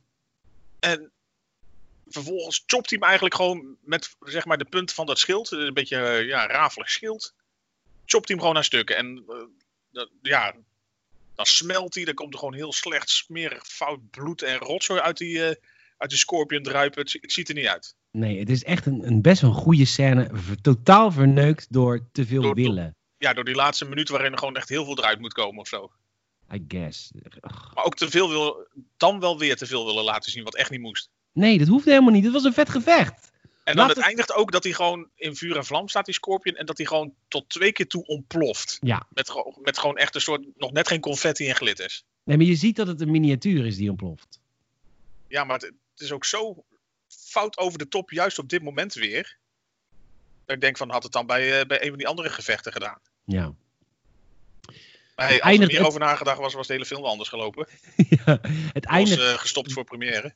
B: En vervolgens chopt hij hem eigenlijk gewoon met zeg maar, de punt van dat schild. eh, Een beetje eh, ja, rafelig schild. Chopt hij hem gewoon naar stukken. En eh, dat- ja, dan smelt hij. Dan komt er gewoon heel slecht, smerig, fout bloed en rotzooi uit die, eh, uit die scorpion druipen. Het, zi- het ziet er niet uit.
A: Nee, het is echt een, een best wel een goede scène. v- totaal verneukt door te veel
B: Door-
A: willen.
B: ja, door die laatste minuut waarin er gewoon echt heel veel eruit moet komen of zo.
A: I guess. Ugh.
B: Maar ook te veel wil, dan wel weer te veel willen laten zien, wat echt niet moest.
A: Nee, dat hoeft helemaal niet. Het was een vet gevecht.
B: En dan
A: Laat
B: het
A: het-
B: eindigt ook dat hij gewoon in vuur en vlam staat, die Scorpion. En dat hij gewoon tot twee keer toe ontploft.
A: Ja.
B: Met, gewoon- met gewoon echt een soort, nog net geen confetti en glitters.
A: Nee, maar je ziet dat het een miniatuur is die ontploft.
B: Ja, maar het, het is ook zo fout over de top, juist op dit moment weer. Dat ik denk van, had het dan bij, eh, bij een van die andere gevechten gedaan.
A: Ja.
B: Maar hey, als er
A: Eindigt
B: meer
A: het-
B: over nagedacht was, was de hele film wel anders gelopen.
A: ja. Het
B: Was
A: eindigt.
B: eh, gestopt voor première.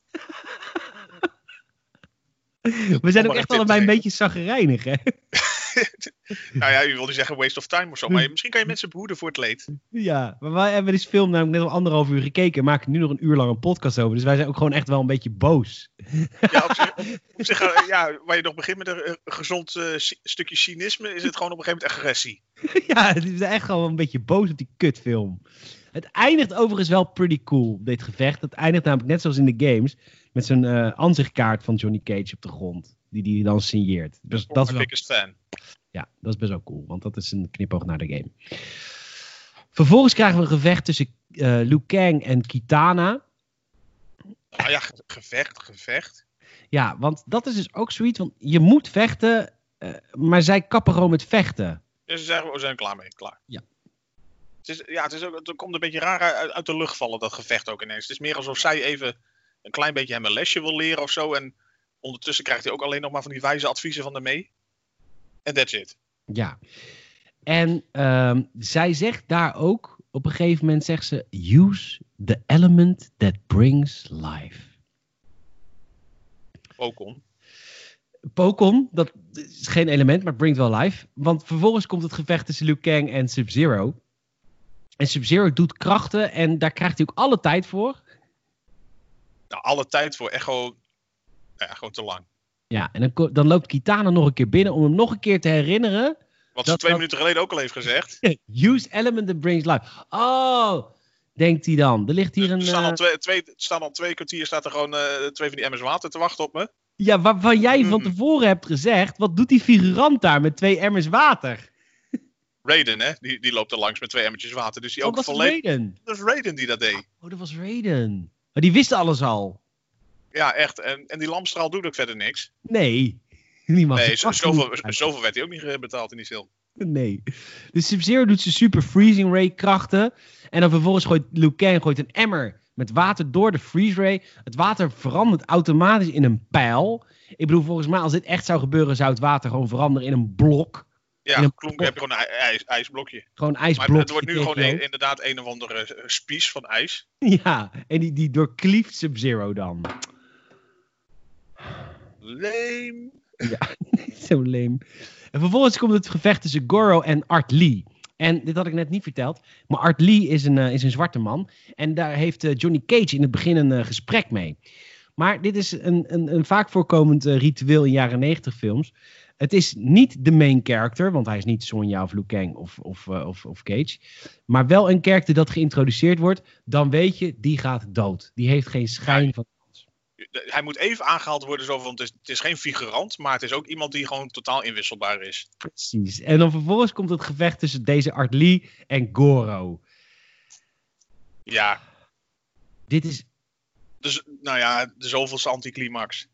A: We zijn
B: om
A: ook
B: maar een
A: echt
B: tip
A: allebei
B: te
A: een beetje zaggerijnig, hè?
B: nou ja, u wil niet zeggen waste of time of zo.
A: Hm.
B: Maar je- misschien kan je mensen behoeden voor het leed.
A: Ja, maar wij hebben deze film namelijk net al anderhalf uur gekeken. En maken nu nog een uur lang een podcast over. Dus wij zijn ook gewoon echt wel een beetje boos.
B: Ja, op zich, op- op zich, eh, ja, waar je nog begint met een eh, gezond eh, ci- stukje cynisme, is het gewoon op een gegeven moment agressie.
A: ja, we zijn echt gewoon een beetje boos op die kutfilm. Het eindigt overigens wel pretty cool, dit gevecht. Het eindigt namelijk net zoals in de games. Met zo'n eh aanzichtkaart van Johnny Cage op de grond. Die hij dan signeert. Dus
B: Voor
A: dat is
B: mijn
A: wel
B: biggest fan.
A: Ja, dat is best wel cool, want dat is een knipoog naar de game. Vervolgens krijgen we een gevecht tussen eh Liu Kang en Kitana.
B: Nou ja, ge- gevecht, gevecht.
A: Ja, want dat is dus ook zoiets, want je moet vechten, eh, maar zij kappen gewoon met vechten.
B: Dus ze zeggen, we zijn er klaar mee, klaar.
A: Ja.
B: Het, is, ja, het, is ook, het komt een beetje raar uit, uit de lucht vallen, dat gevecht ook ineens. Het is meer alsof zij even een klein beetje hem een lesje wil leren of zo. En ondertussen krijgt hij ook alleen nog maar van die wijze adviezen van de mee. En that's it.
A: Ja. En ehm, zij zegt daar ook, op een gegeven moment zegt ze, use the element that brings life.
B: Pokon.
A: Pokon, dat is geen element, maar het brengt wel life. Want vervolgens komt het gevecht tussen Liu Kang en Sub-Zero. En Sub-Zero doet krachten en daar krijgt hij ook alle tijd voor.
B: Nou, alle tijd voor Echo. Nou ja, gewoon te lang.
A: Ja, en dan, ko- dan loopt Kitana nog een keer binnen om hem nog een keer te herinneren.
B: Wat ze
A: Dat-
B: twee
A: dat-
B: minuten geleden ook al heeft gezegd.
A: Use element that brings life. Oh, denkt hij dan. Er ligt hier
B: Er
A: een...
B: staan, al
A: eh,
B: twee, twee, er staan al twee kwartier, staat er gewoon eh, twee van die emmers water te wachten op me.
A: ja, waarvan jij van
B: Mm.
A: tevoren hebt gezegd, wat doet die figurant daar met twee emmers water?
B: Raiden, hè, die, die loopt er langs met twee emmertjes water. Dus die
A: Oh,
B: ook
A: dat was
B: volledig...
A: Raiden.
B: Dat is Raiden die dat deed.
A: Oh, dat was Raiden. Maar die wist alles al.
B: Ja, echt. En, en die lampstraal doet ook verder niks.
A: Nee. Die mag
B: nee,
A: zijn
B: zo-
A: kracht
B: zoveel,
A: niet gebruiken.
B: zoveel werd hij ook niet eh, betaald in die film.
A: Nee. Dus Sub-Zero doet zijn super freezing ray krachten. En dan vervolgens gooit Liu Kang gooit een emmer met water door de freeze ray. Het water verandert automatisch in een pijl. Ik bedoel, volgens mij als dit echt zou gebeuren, zou het water gewoon veranderen in een blok. In
B: Ja,
A: een
B: klonk heb je gewoon een ij- ijs, ijsblokje.
A: Gewoon een
B: Maar
A: ijsblok.
B: het wordt nu
A: die
B: gewoon
A: tegen
B: een- inderdaad een of andere eh, spies van ijs.
A: je- Ja, en die, die doorklieft Sub-Zero dan.
B: Leem.
A: Zo leem. En vervolgens komt het gevecht tussen Goro en Art Lee. En dit had ik net niet verteld. Maar Art Lee is een, eh, is een zwarte man. En daar heeft eh, Johnny Cage in het begin een eh, gesprek mee. Maar dit is een, een, een vaak voorkomend eh, ritueel in jaren 90 films. Het is niet de main character, want hij is niet Sonja of Liu Kang of, of, eh, of, of Cage. Maar wel een character dat geïntroduceerd wordt. Dan weet je, die gaat dood. Die heeft geen schijn van
B: Hij moet even aangehaald worden, zo, van, het, is, het is geen figurant, maar het is ook iemand die gewoon totaal inwisselbaar is.
A: Precies. En dan vervolgens komt het gevecht tussen deze Art Lee en Goro.
B: Ja,
A: Dit is,
B: dus nou ja, de zoveelste anticlimax.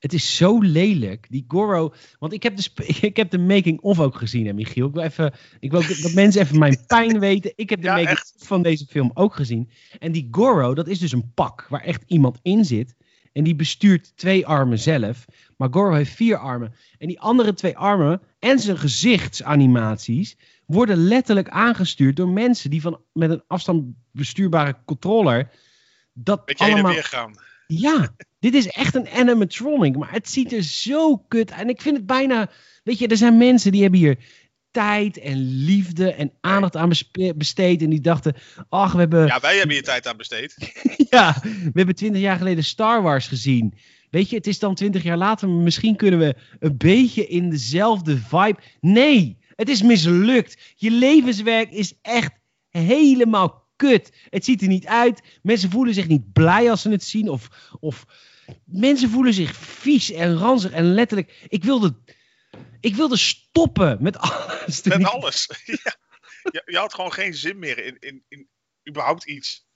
A: het is zo lelijk. Die Goro. Want ik heb de, sp- ik heb de making-of ook gezien, hè, Michiel. Ik wil, even, ik wil ook dat mensen even mijn pijn weten. Ik heb de
B: Ja,
A: making-of
B: echt.
A: van deze film ook gezien. En die Goro, dat is dus een pak waar echt iemand in zit. En die bestuurt twee armen zelf. Maar Goro heeft vier armen. En die andere twee armen en zijn gezichtsanimaties worden letterlijk aangestuurd door mensen die van, met een afstand bestuurbare controller. Dat
B: Beetje heen en
A: allemaal
B: weer gaan.
A: Ja, dit is echt een animatronic, maar het ziet er zo kut uit. En ik vind het bijna, weet je, er zijn mensen die hebben hier tijd en liefde en aandacht aan bespe- besteed en die dachten, ach, we hebben, ja.
B: Ja, wij hebben hier tijd aan besteed.
A: we hebben twintig jaar geleden Star Wars gezien. Weet je, het is dan twintig jaar later, maar misschien kunnen we een beetje in dezelfde vibe. Nee, het is mislukt. Je levenswerk is echt helemaal kut. Het ziet er niet uit. Mensen voelen zich niet blij als ze het zien of of mensen voelen zich vies en ranzig en letterlijk. Ik wilde. Ik wilde stoppen met alles. toen
B: Met
A: ik-
B: alles. ja. je, je had gewoon geen zin meer in, in, in überhaupt iets.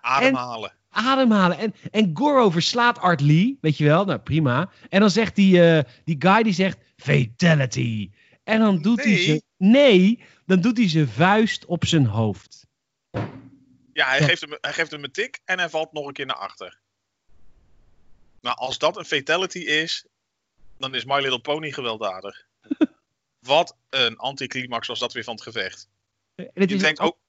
B: Ademhalen.
A: ademhalen. En, en Goro verslaat Art Lee, weet je wel, nou prima. En dan zegt die, eh, die guy, die zegt fatality. En dan doet hij
B: Nee.
A: ze, nee, dan doet hij zijn vuist op zijn hoofd.
B: Ja, hij
A: Ja.
B: geeft, hem, hij geeft hem een tik en hij valt nog een keer naar achter. Nou, als dat een fatality is, dan is My Little Pony gewelddadig. Wat een anticlimax was dat weer van het gevecht.
A: En het
B: Je
A: is
B: denkt ook,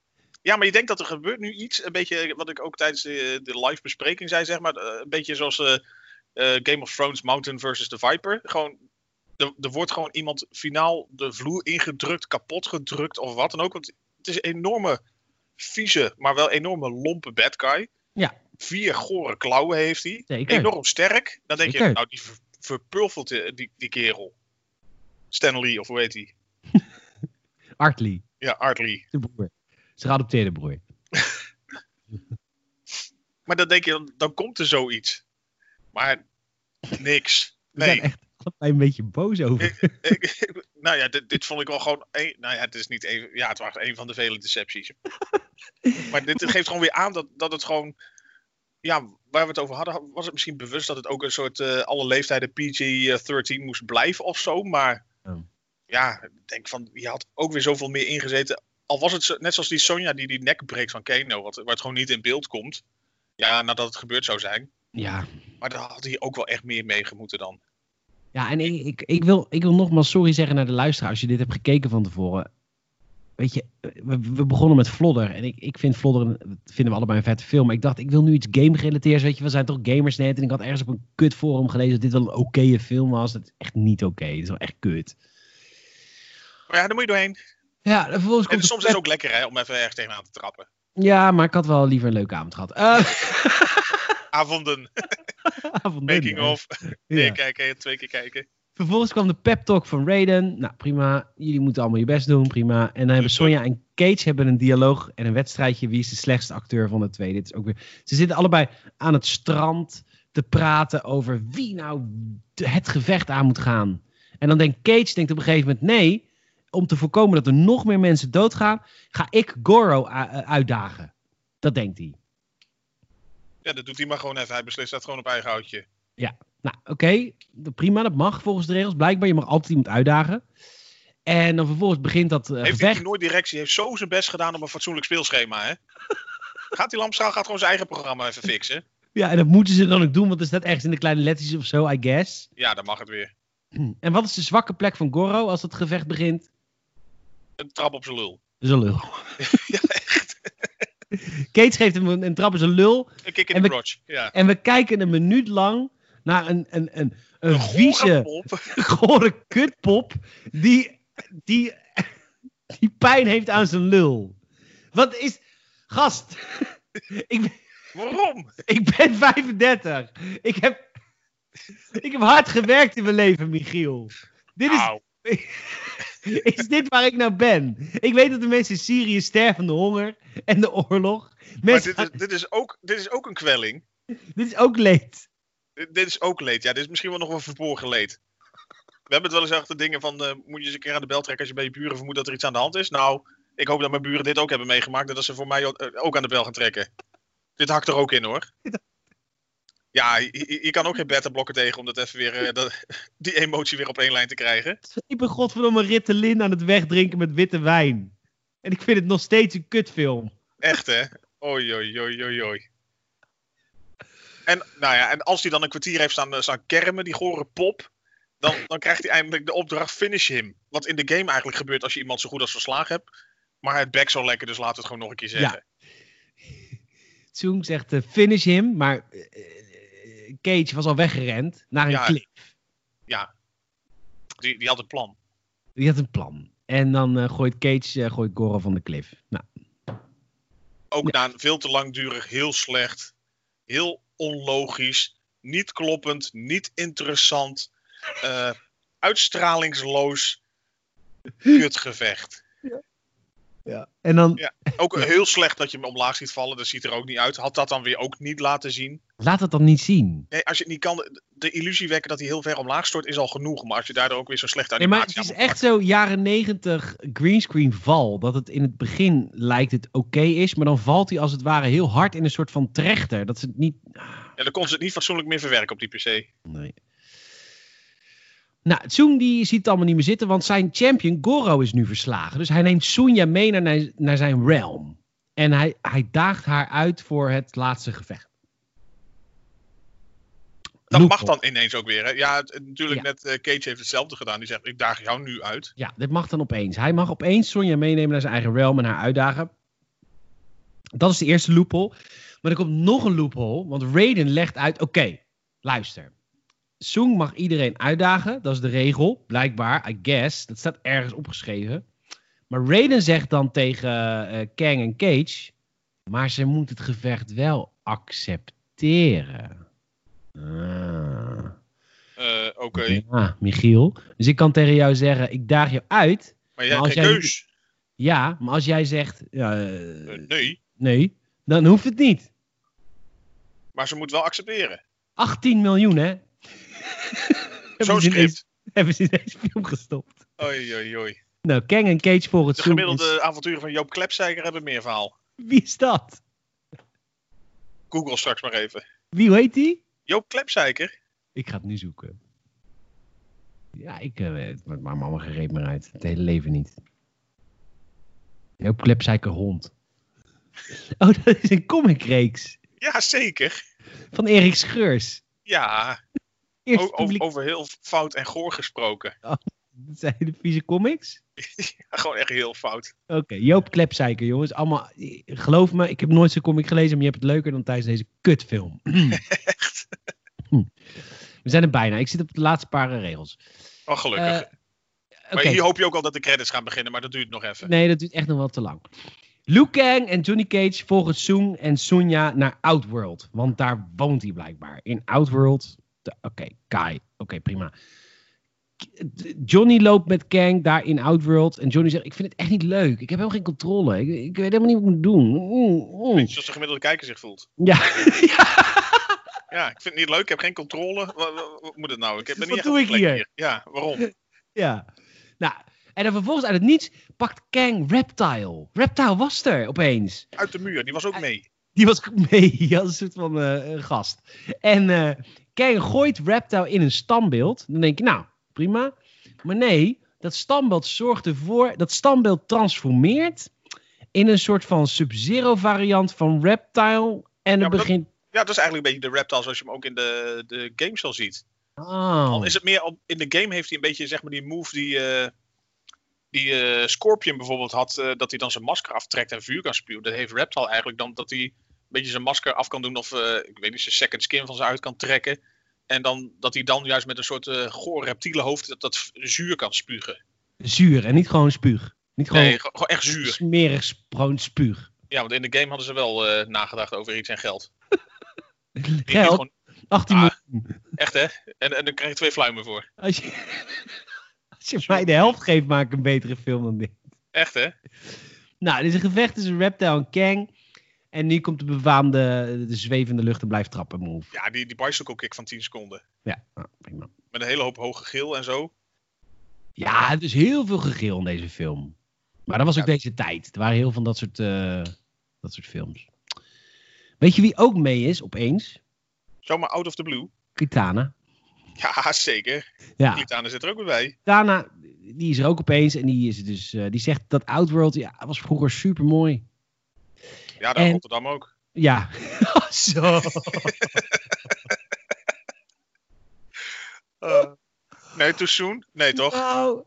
B: ja, maar je denkt dat er gebeurt nu iets, een beetje eh, wat ik ook tijdens de, de live bespreking zei, zeg maar, eh, een beetje zoals eh, eh, Game of Thrones Mountain versus The Viper. Gewoon, er, er wordt gewoon iemand finaal de vloer ingedrukt, kapot gedrukt of wat dan ook. Want het is een enorme vieze, maar wel enorme lompe bad guy.
A: Ja.
B: Vier gore klauwen heeft hij.
A: zeker.
B: Enorm sterk. Dan denk je,
A: Zeker.
B: nou, die ver, verpulvelt die, die, die kerel. Stanley of hoe heet hij?
A: Art Lee,
B: Ja, Artley.
A: de broer. Zijn geadopteerde broer.
B: Maar dan denk je, dan, dan komt er zoiets. Maar niks.
A: We
B: Nee.
A: zijn echt allebei een beetje boos over.
B: Ik- nou ja, dit, dit vond ik wel gewoon. Een, nou ja, het is niet even. Ja, het was een van de vele decepties. maar dit geeft gewoon weer aan dat, dat het gewoon. Ja, waar we het over hadden, was het misschien bewust dat het ook een soort eh, alle leeftijden PG-13 moest blijven of zo. Maar
A: Ja.
B: ja, ik denk van, je had ook weer zoveel meer ingezeten. Al was het zo- net zoals die Sonja die die nek breekt van Keno, wat, waar het gewoon niet in beeld komt. Ja, nadat het gebeurd zou zijn.
A: Ja,
B: Maar daar had hij ook wel echt meer mee gemoeten dan.
A: ja en ik, ik, ik, wil, ik wil nogmaals sorry zeggen naar de luisteraar als je dit hebt gekeken van tevoren. Weet je, we, we begonnen met Vlodder. En ik, ik vind Vlodder, een- dat vinden we allebei een vette film. Maar ik dacht, ik wil nu iets game gerelateerds. Weet je, we zijn toch gamers net. En ik had ergens op een kut forum gelezen dat dit wel een oké film was. Dat is echt niet oké. Het is wel echt kut.
B: Maar ja, daar moet je doorheen.
A: Ja, en vervolgens
B: En
A: komt
B: soms is het ook lekker hè, om even erg tegenaan te trappen.
A: Ja, maar ik had wel liever een leuke avond gehad. Eh,
B: Avonden,
A: avond
B: making
A: minder.
B: of.
A: Ja.
B: Nee, kijken, twee keer kijken.
A: Vervolgens kwam de pep talk van Raiden. Nou, prima. Jullie moeten allemaal je best doen, prima. En dan hebben Sonja en Cage hebben een dialoog en een wedstrijdje. Wie is de slechtste acteur van de twee? Dit is ook weer... Ze zitten allebei aan het strand te praten over wie nou de- het gevecht aan moet gaan. En dan denkt Cage denkt op een gegeven moment... nee, om te voorkomen dat er nog meer mensen doodgaan... ga ik Goro a- eh, uitdagen. Dat denkt hij.
B: Ja, dat doet hij maar gewoon even. Hij beslist dat gewoon op eigen houtje.
A: Nou, oké, d- prima, dat mag volgens de regels. Blijkbaar, je mag altijd iemand uitdagen. En dan vervolgens begint dat eh,
B: Heeft
A: gevecht.
B: die toernooidirectie heeft zo zijn best gedaan om een fatsoenlijk speelschema, hè? Gaat die Lamschaal gaat gewoon zijn eigen programma even fixen.
A: Ja, en dat moeten ze dan ook doen, want er staat ergens in de kleine lettertjes of zo, I guess.
B: Ja, dan mag het weer.
A: En wat is de zwakke plek van Goro als dat gevecht begint?
B: Een trap op zijn lul.
A: Dat is een lul. Kees geeft hem een, een trap in zijn lul.
B: Een kick in
A: En
B: de
A: we-
B: crotch. Ja.
A: En we kijken een minuut lang naar een, een, een, een,
B: Een
A: vieze,
B: op.
A: gore kutpop die, die, die pijn heeft aan zijn lul. Wat is... Gast, ik, ben-
B: Waarom?
A: ik ben 35. Ik heb, ik heb hard gewerkt in mijn leven, Michiel. Dit is,
B: Au.
A: is dit waar ik nou ben? Ik weet dat de mensen in Syrië sterven van de honger en de oorlog.
B: Maar
A: Mensen,
B: dit is, dit, is ook, dit is ook een kwelling.
A: dit is ook leed.
B: Dit dit is ook leed. Ja, dit is misschien wel nog wel verborgen leed. We hebben het wel eens achter dingen van... eh, moet je eens een keer aan de bel trekken als je bij je buren vermoedt dat er iets aan de hand is? Nou, ik hoop dat mijn buren dit ook hebben meegemaakt. En dat ze voor mij ook- eh, ook aan de bel gaan trekken. Dit hakt er ook in, hoor. Ja, je, je- je kan ook geen beta blokken tegen om dat even weer, eh, dat- die emotie weer op één lijn te krijgen.
A: Ik ben godverdomme Ritalin aan het wegdrinken met witte wijn. En ik vind het nog steeds een kutfilm.
B: Echt, hè? Oei, oei, oei, oei, oei. En, nou ja, en als hij dan een kwartier heeft staan, eh, staan kermen, die gore pop, dan, dan krijgt hij eindelijk de opdracht finish him. Wat in de game eigenlijk gebeurt als je iemand zo goed als verslagen hebt. Maar het back zo lekker, dus laat het gewoon nog een keer zeggen.
A: Tsung zegt eh, finish him, maar eh, eh, Cage was al weggerend naar een
B: Ja.
A: clip.
B: Die, die had een plan.
A: Die had een plan. En dan eh, gooit Cage eh, gooit Goro van de cliff. Nou,
B: Ook na een veel te langdurig, heel slecht, heel onlogisch, niet kloppend, niet interessant, eh, uitstralingsloos kutgevecht.
C: Ja. En dan,
B: Ja. Ook heel slecht dat je hem omlaag ziet vallen. Dat ziet er ook niet uit. Had dat dan weer ook niet laten zien.
A: Laat dat dan niet zien.
B: Nee, als je het niet kan, de- de illusie wekken dat hij heel ver omlaag stort is al genoeg. Maar als je daardoor ook weer zo'n slechte
A: Nee,
B: animatie
A: maar het is
B: aan
A: echt zo jaren negentig greenscreen val. Dat het in het begin lijkt het oké is, maar dan valt hij als het ware heel hard in een soort van trechter. Dat ze het niet...
B: moet- Ja, dan kon ze het niet fatsoenlijk meer verwerken op die PC.
A: Nee. Nou, Tsung die ziet het allemaal niet meer zitten, want zijn champion Goro is nu verslagen. Dus hij neemt Sunya mee naar, nij- naar zijn realm. En hij, hij daagt haar uit voor het laatste gevecht.
B: Dat
A: Loop
B: mag
A: op.
B: dan ineens ook weer. Hè? Ja, het- natuurlijk,
A: Ja.
B: net eh, Cage heeft hetzelfde gedaan. Die zegt: Ik daag jou nu uit.
A: Ja, dit mag dan opeens. Hij mag opeens Sonja meenemen naar zijn eigen realm en haar uitdagen. Dat is de eerste loophole. Maar er komt nog een loophole, want Raiden legt uit: oké, luister. Sung mag iedereen uitdagen, dat is de regel, blijkbaar, I guess. Dat staat ergens opgeschreven. Maar Raiden zegt dan tegen eh, Kang en Cage: maar ze moet het gevecht wel accepteren. Ah.
B: Eh, Oké,
A: Ja, Michiel. Dus ik kan tegen jou zeggen: ik daag jou uit.
B: maar jij
A: Maar Nou,
B: hebt
A: als
B: geen
A: jij-
B: keus.
A: Ja, maar als jij zegt ja, eh,
B: Eh, nee,
A: nee, dan hoeft het niet.
B: maar ze moet wel accepteren.
A: 18 miljoen, hè?
B: Zo'n
A: Hebben ze in deze-
B: script.
A: Hebben ze in deze film gestopt.
B: Oei, oei, oei.
A: Nou, Kang en Cage voor het
B: De
A: zoen
B: gemiddelde avonturen van Joop Klepsijker hebben meer verhaal.
A: is- Wie is dat?
B: Google straks maar even.
A: Wie hoe heet die?
B: Joop Klepsijker?
A: Ik ga het nu zoeken. Ja, ik, eh, het maakt mijn mama gereed meer uit. Het hele leven niet. Joop Klepsijker hond. Oh, dat is een comicreeks
B: Ja, zeker.
A: van Erik Scheurs.
B: Ja, o-
A: Eerst
B: o- over, heel fout en goor gesproken.
A: zijn de vieze comics.
B: Ja, gewoon echt heel fout.
A: Oké, Joop Klepsijker, jongens. Allemaal, geloof me, ik heb nooit zo'n comic gelezen, maar je hebt het leuker dan tijdens deze kutfilm. Hmm.
B: Echt.
A: We zijn er bijna. Ik zit op de laatste paar eh, regels.
B: Oh, gelukkig.
A: Eh, Oké,
B: Maar hier hoop je ook al dat de credits gaan beginnen, maar dat duurt nog even.
A: nee, dat duurt echt nog wel te lang. Liu Kang en Johnny Cage volgen Soong en Sonya naar Outworld. Want daar woont hij blijkbaar. In Outworld. de- Oké, Kai. Oké, prima. K- d- Johnny loopt met Kang daar in Outworld. En Johnny zegt: Ik vind het echt niet leuk. Ik heb helemaal geen controle. Ik, ik weet helemaal niet wat ik moet doen. Mm, mm."
B: Beetje Zoals de gemiddelde kijker zich voelt.
A: Ja.
B: Ja, ik vind het niet leuk, ik heb geen controle. Wat, wat- wat moet het nou? Ik heb
A: Dus Wat
B: er niet echt
A: doe
B: een
A: ik
B: plek
A: hier?
B: Ja, waarom?
A: Ja. Nou, en dan vervolgens uit het niets pakt Kang Reptile. Reptile was er opeens.
B: Uit de muur, die was ook mee.
A: Die was mee als een soort van eh, een gast. En eh, Kang gooit Reptile in een standbeeld. Dan denk je, nou, prima. Maar nee, dat standbeeld zorgt ervoor... Dat standbeeld transformeert in een soort van Sub-Zero variant van Reptile. En dan
B: maar dat-
A: begint...
B: Ja, dat is eigenlijk een beetje de reptile zoals je hem ook in de, de games al ziet.
A: Oh,
B: Al is het meer, op, in de game heeft hij een beetje zeg maar die move die, eh, die eh, Scorpion bijvoorbeeld had. eh, dat hij dan zijn masker aftrekt en vuur kan spuwen. Dat heeft reptile eigenlijk dan dat hij een beetje zijn masker af kan doen. Of eh, ik weet niet, zijn second skin van zijn uit kan trekken. En dan, dat hij dan juist met een soort eh goor reptiele hoofd dat, dat zuur kan spugen.
A: zuur en niet gewoon spuug. Niet gewoon
B: Nee, ge- gewoon echt zuur.
A: smerig, sp- gewoon spuug.
B: Ja, want in de game hadden ze wel eh, nagedacht over iets en geld. Die- die
A: Geld,
B: gewoon-
A: 18
B: Ah.
A: miljoen.
B: echt hè? En, en dan krijg je twee fluimen voor.
A: Als je, als je mij de helft geeft, maak ik een betere film dan dit.
B: Echt hè?
A: Nou, dit is een gevecht tussen Reptile en Kang. En nu komt de befaamde, de zwevende lucht en blijft trappen move.
B: Ja, die, die bicycle kick van 10 seconden.
A: Ja, nou, prima.
B: Met een hele hoop hoge geel en zo.
A: Ja, het is heel veel gegil in deze film. Maar dat was ook
B: Ja.
A: deze tijd. Er waren heel veel van dat soort, eh, dat soort films. Weet je wie ook mee is opeens?
B: Zomaar out of the blue.
A: Kitana.
B: Ja, zeker.
A: Ja.
B: Kitana zit er ook weer bij.
A: Daarna, die is er ook opeens. En die, is dus, eh, die zegt dat Outworld ja, was vroeger super mooi.
B: Ja, daar
A: En-
B: in Rotterdam ook.
A: Ja. Zo.
B: Nee, too soon? Nee, toch?
A: Nou,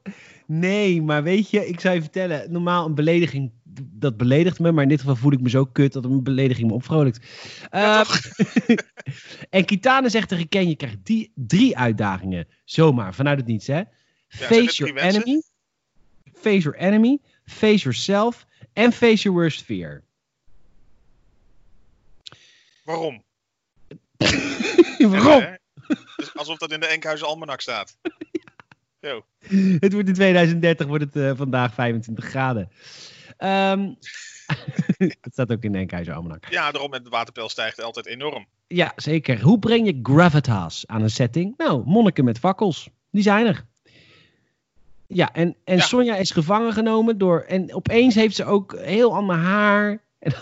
A: nee, maar weet je, ik zou je vertellen. Normaal een belediging, dat beledigt me. Maar in dit geval voel ik me zo kut dat een belediging me opvrolijkt.
B: Ja,
A: Eh, en Kitane zegt tegen Ken, je krijgt die drie uitdagingen. Zomaar, vanuit het niets, hè.
B: zijn
A: Face
B: dit
A: your
B: drie wensen?
A: enemy. Face your enemy. Face yourself. En face your worst fear.
B: Waarom?
A: Waarom?
B: Ja, hè? Dus alsof dat in de Enkhuizen Almanak staat. Zo.
A: Het wordt in 2030, wordt het eh, vandaag 25 graden. Ehm, dat staat ook in de Enkhuizen Almanak.
B: Ja, daarom met de waterpeil stijgt altijd enorm.
A: Ja, zeker. Hoe breng je gravitas aan een setting? Nou, monniken met fakkels. Die zijn er. Ja, en, en
B: Ja.
A: Sonja is gevangen genomen door... En opeens heeft ze ook heel ander haar. En,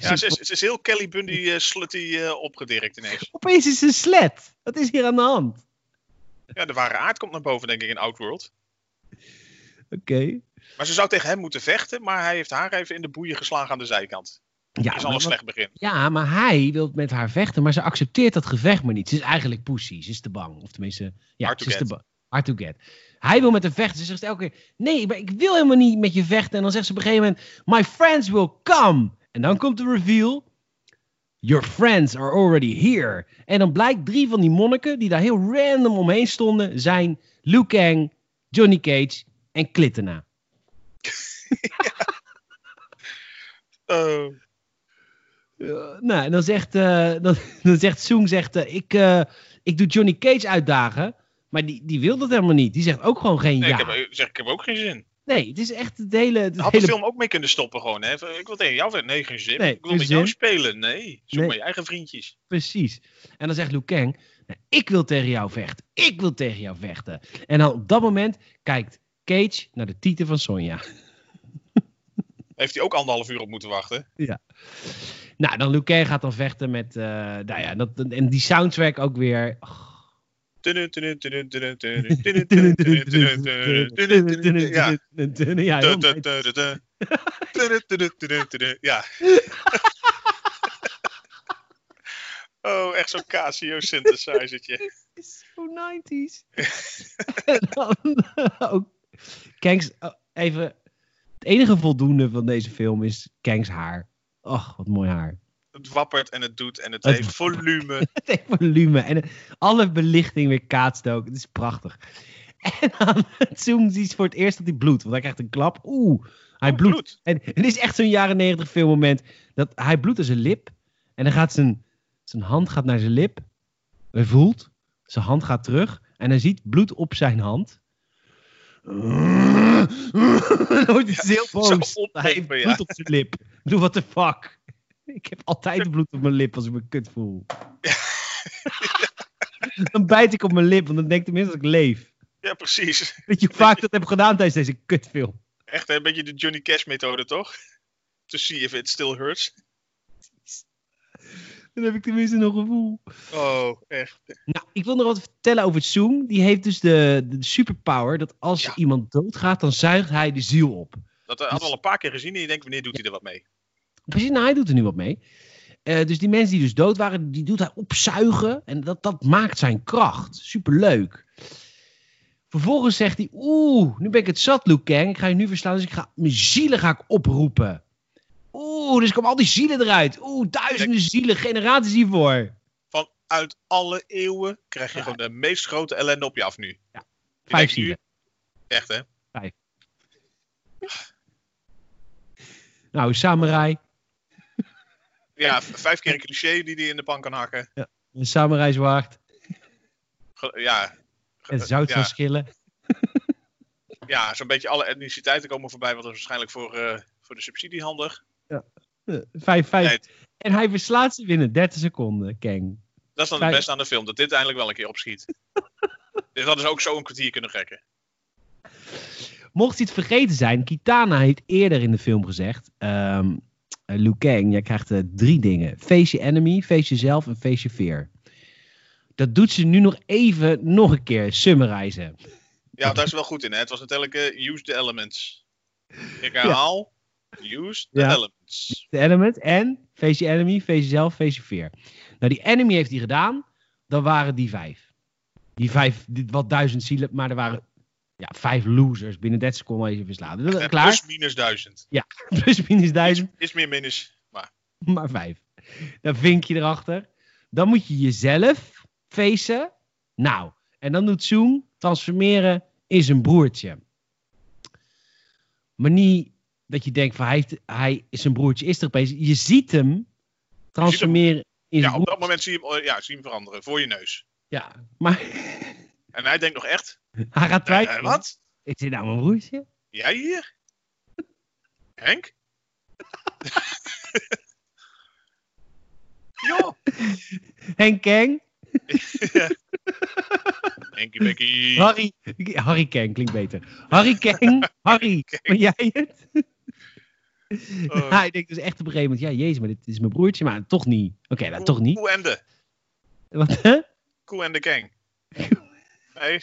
B: Ja, ze, is- ze is heel Kelly Bundy eh, slutty eh, opgedirkt ineens.
A: opeens is ze een slet. Wat is hier aan de hand?
B: Ja, de ware aard komt naar boven, denk ik, in Outworld.
A: Oké.
B: Maar ze zou tegen hem moeten vechten, maar hij heeft haar even in de boeien geslagen aan de zijkant.
A: Ja,
B: is
A: maar
B: al een
A: wat-
B: slecht begin.
A: ja, maar hij wil met haar vechten, maar ze accepteert dat gevecht maar niet. Ze is eigenlijk pussy. Ze is te bang. Of tenminste, ja,
B: Hard to
A: ze is te
B: get.
A: bang. Hard to get. Hij wil met haar vechten. Ze zegt elke keer: Nee, maar ik wil helemaal niet met je vechten. En dan zegt ze op een gegeven moment: My friends will come. En dan komt de reveal: Your friends are already here. En dan blijkt drie van die monniken die daar heel random omheen stonden: zijn Liu Kang, Johnny Cage en Clittena.
B: Eh,
A: Ja, nou, en dan zegt, eh dan, dan zegt Soong, zegt, eh, ik, eh, ik doe Johnny Cage uitdagen. Maar die, die wil dat helemaal niet. Die zegt ook gewoon geen
B: nee,
A: ja.
B: ik, heb, zeg, ik heb ook geen zin.
A: Nee, het is echt het hele... Het
B: Had de
A: hele...
B: film ook mee kunnen stoppen gewoon. Hè? Van, Ik wil tegen jou vechten. Nee, geen zin.
A: Nee,
B: ik wil
A: geen
B: met jou
A: zin.
B: spelen. Nee, zoek
A: Nee.
B: maar je eigen vriendjes.
A: Precies. En dan zegt Liu Kang, nou, ik wil tegen jou vechten. Ik wil tegen jou vechten. En dan op dat moment kijkt Cage naar de titel van Sonja.
B: Heeft hij ook anderhalf uur op moeten wachten.
A: Nou, dan Liu Kang gaat dan vechten met... eh, nou ja, dat, en die soundtrack ook weer...
B: Tunu, tunu, tunu, tunu, tunu, tunu, tunu, tunu, tunu, tunu, tunu, tunu. Ja,
A: Ja, heel
B: Du- du-
A: nice.
B: du- du- du. Du- du- du- du- du- du- du. Ja. Oh, echt zo'n Casio synthesizertje.
A: is zo 90s. en dan eh, ook Kangs, oh, even. Het enige voldoende van deze film is Kangs haar. Och, wat mooi haar.
B: Het wappert en het doet en het
A: Het-
B: heeft volume.
A: Het heeft volume en eh, alle belichting weer kaatst ook. Het is prachtig. En dan Zoom ziet voor het eerst dat hij bloedt. Want hij krijgt een klap. Oeh, hij
B: Oh,
A: bloedt. En het is echt zo'n jaren negentig filmmoment. Dat hij bloedt aan zijn lip. En dan gaat zijn, zijn hand gaat naar zijn lip. Hij voelt. Zijn hand gaat terug. En hij ziet bloed op zijn hand. Dan wordt hij heel boos.
B: zo oppepen,
A: hij heeft bloed
B: ja.
A: op zijn lip. Doe what the fuck. Ik heb altijd bloed op mijn lip als ik me kut voel. dan bijt ik op mijn lip, want dan denk ik tenminste dat ik leef.
B: Ja, precies.
A: Weet je hoe vaak ik dat heb gedaan tijdens deze kutfilm?
B: Echt een beetje de Johnny Cash methode, toch? To see if it still hurts.
A: Dan heb ik tenminste nog gevoel.
B: Oh, echt.
A: Nou, ik wil nog wat vertellen over Zoom. Die heeft dus de, de superpower dat als
B: Ja.
A: iemand doodgaat, dan zuigt hij de ziel op.
B: Dat eh, hadden we al een paar keer gezien en je denkt, wanneer doet hij er wat mee?
A: Precies, nou, hij doet er nu wat mee. Eh, dus die mensen die dus dood waren, die doet hij opzuigen. En dat, dat maakt zijn kracht. Superleuk. Vervolgens zegt hij, oeh, nu ben ik het zat, Liu Kang. Ik ga je nu verslaan, dus ik ga, mijn zielen ga ik oproepen. Oeh, dus komen al die zielen eruit. Oeh, duizenden zielen, generaties hiervoor.
B: Vanuit alle eeuwen krijg je gewoon de meest grote ellende op je af nu.
A: Ja.
B: Je
A: Vijf
B: denkt nu-
A: zielen.
B: Echt, hè?
A: Nou, samurai.
B: Ja, v- vijf keer een cliché die hij in de pan kan hakken.
A: Een samurai zwaard.
B: Ge- Ja,
A: En zout van
B: Eh, Ja.
A: schillen.
B: ja zo'n beetje alle etniciteiten komen voorbij, want dat is waarschijnlijk voor, eh, voor de subsidie handig.
A: Eh, Vijf, vijf.
B: Nee.
A: En hij verslaat ze binnen 30 seconden, Kang.
B: Dat is dan het
A: Kijk.
B: beste aan de film, dat dit eindelijk wel een keer opschiet. dit hadden ze ook zo een kwartier kunnen rekken.
A: Mocht hij het vergeten zijn, Kitana heeft eerder in de film gezegd... ehm eh, Liu Kang, jij krijgt eh, drie dingen. Face je enemy, face jezelf en face je fear. Dat doet ze nu nog even, nog een keer, summarizen.
B: Ja, daar is wel goed in, hè? Het was natuurlijk eh, use the elements. Ik herhaal, use the
A: Ja.
B: elements.
A: De element en face je enemy, face jezelf, face je fear. Nou, die enemy heeft hij gedaan. Dan waren die vijf. Die vijf, dit wat duizend zielen, maar er waren ja, vijf losers binnen 30 seconden als je verslaat. Dus, eh, Klaar?
B: Plus minus duizend.
A: Plus minus duizend,
B: Is meer minus, maar
A: maar vijf. Dan vink je erachter. Dan moet je jezelf facen. Nou, en dan doet Zoom transformeren in zijn broertje. Maar niet dat je denkt van hij, heeft, hij zijn broertje is er opeens. Je ziet hem transformeren in zijn
B: ja, op
A: broertje.
B: dat moment zie je hem, eh, ja, zie je hem veranderen, voor je neus.
A: Ja, maar
B: En hij denkt nog echt,
A: hij gaat
B: eh,
A: twijfelen.
B: eh, wat?
A: Is dit nou mijn broertje?
B: Jij hier? Henk? Joh!
A: Henk Kang.
B: Henkie Bekkie.
A: Harry. Harry Kang klinkt beter. Harry Kang. Harry. Ben jij het?
B: Oh.
A: Ja, ik denk dus echt op een gegeven moment. Ja, jezus, maar dit is mijn broertje. Maar toch niet. Oké, nou, toch niet.
B: Koe en de.
A: Wat? hè?
B: Koe en de Gang. Nee. Nee,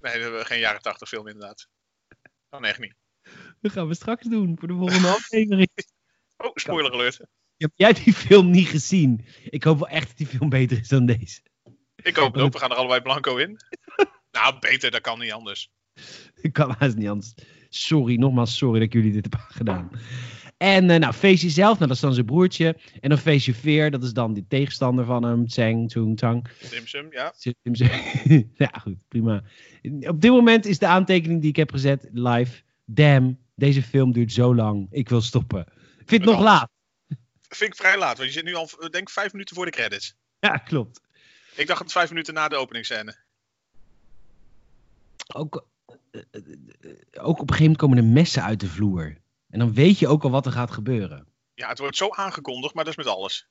B: dat hebben we geen jaren tachtig film inderdaad. Kan echt niet.
A: Dat gaan we straks doen voor de volgende aflevering.
B: Oh, spoiler alert.
A: Heb jij die film niet gezien? Ik hoop wel echt dat die film beter is dan deze.
B: Ik hoop het ook. We gaan er allebei blanco in. Nou, beter, dat kan niet anders.
A: Ik kan haast niet anders. Sorry, nogmaals, sorry dat ik jullie dit heb gedaan. En eh, nou, Feestje zelf, nou, dat is dan zijn broertje. En dan Feestje Veer, dat is dan die tegenstander van hem. Tseng, Tsung, Tang.
B: Dimsum, ja.
A: Tim Tseng. ja, goed, prima. Op dit moment is de aantekening die ik heb gezet live. Damn, deze film duurt zo lang. Ik wil stoppen. Ik vind het nog laat.
B: Vind ik vrij laat, want je zit nu al, eh, denk ik, vijf minuten voor de credits.
A: Ja, klopt.
B: Ik dacht het vijf minuten na de openingsscène.
A: Ook, eh, eh, ook op een gegeven moment komen er messen uit de vloer. En dan weet je ook al wat er gaat gebeuren.
B: Ja, het wordt zo aangekondigd, maar dat is met alles.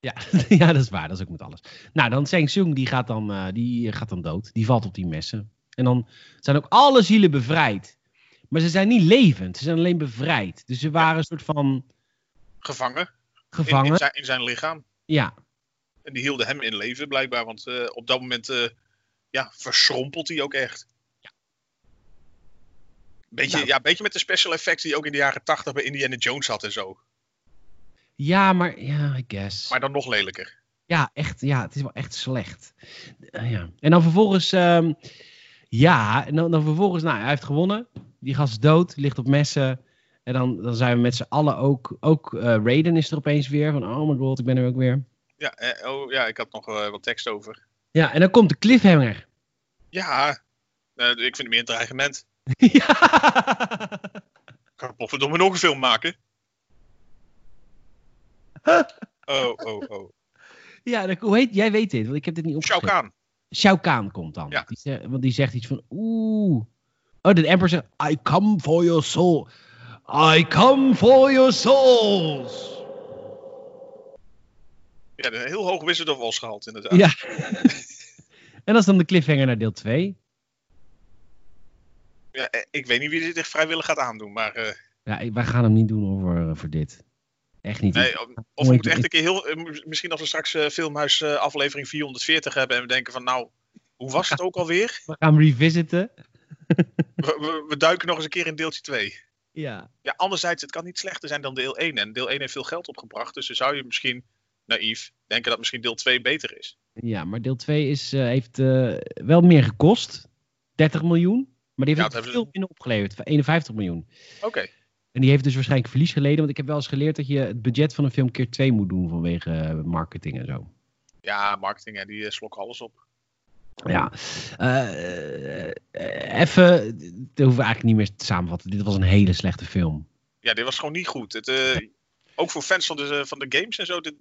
A: Ja, ja, dat is waar. Dat is ook met alles. Nou, dan Seng Sung, die gaat dan, eh, die gaat dan dood. Die valt op die messen. En dan zijn ook alle zielen bevrijd. Maar ze zijn niet levend. Ze zijn alleen bevrijd. Dus ze waren een soort van
B: Gevangen. in- In,
A: gevangen.
B: zijn, in zijn lichaam.
A: Ja,
B: En die hielden hem in leven, blijkbaar. Want eh, op dat moment eh, ja, verschrompelt hij ook echt. Beetje,
A: Nou.
B: ja, beetje met de special effects die je ook in de jaren 80 bij Indiana Jones had en zo.
A: ja maar ja, I guess.
B: Maar dan nog lelijker.
A: Ja, echt, ja, het is wel echt slecht. Eh, ja. En dan vervolgens, ehm, ja, en dan, dan vervolgens, nou, hij heeft gewonnen. Die gast is dood, ligt op messen. En dan, dan zijn we met z'n allen ook, ook eh, Raiden is er opeens weer. Van, oh my god, ik ben er ook weer.
B: Ja, eh, oh, ja ik had nog eh, wat tekst over.
A: Ja, en dan komt de cliffhanger.
B: Ja, eh, ik vind het meer een dreigement.
A: ja.
B: Ik kan potverdomme nog een film maken. Oh, oh, oh.
A: ja, dan- hoe heet, jij weet dit, want ik heb dit niet
B: Shao
A: opgeschreven.
B: Kahn.
A: Shao Kahn komt dan.
B: Ja.
A: Die zegt- want die zegt iets van, oeh. Oh, de emperor zegt, I come for your soul. I come for your souls.
B: Ja, een heel hoog Wizard of Oz gehaald inderdaad.
A: Ja. en dat is dan de cliffhanger naar deel 2.
B: Ja, eh, ik weet niet wie dit echt vrijwillig gaat aandoen, maar... eh,
A: Ja, ik- wij gaan hem niet doen voor, eh, voor dit. Echt niet.
B: Nee, ehm, of- of we moeten echt een keer heel. eh, m- Misschien als we straks eh, Filmhuis eh, aflevering 440 hebben en we denken van nou, hoe was het ook alweer?
A: We gaan hem revisiten.
B: We, we, we duiken nog eens een keer in deeltje 2.
A: Ja.
B: Ja, anderzijds, het kan niet slechter zijn dan deel 1. En deel 1 heeft veel geld opgebracht, dus dan zou je misschien naïef denken dat misschien deel 2 beter is.
A: ja, maar deel 2 is, eh, heeft eh, wel meer gekost. 30 miljoen. Maar die
B: Ja,
A: heeft
B: dat
A: ook
B: hebben
A: veel minder opgeleverd. 51 miljoen.
B: Oké,
A: En die heeft dus waarschijnlijk verlies geleden. Want ik heb wel eens geleerd dat je het budget van een film keer 2 moet doen vanwege eh, marketing en zo.
B: ja, marketing, hè, die eh, slokken alles op.
A: Ja, Eh, eh, even, dat hoeven we eigenlijk niet meer te samenvatten. Dit was een hele slechte film.
B: Ja, dit was gewoon niet goed. Het, eh, ook voor fans van de, eh, van de games en zo. Dit,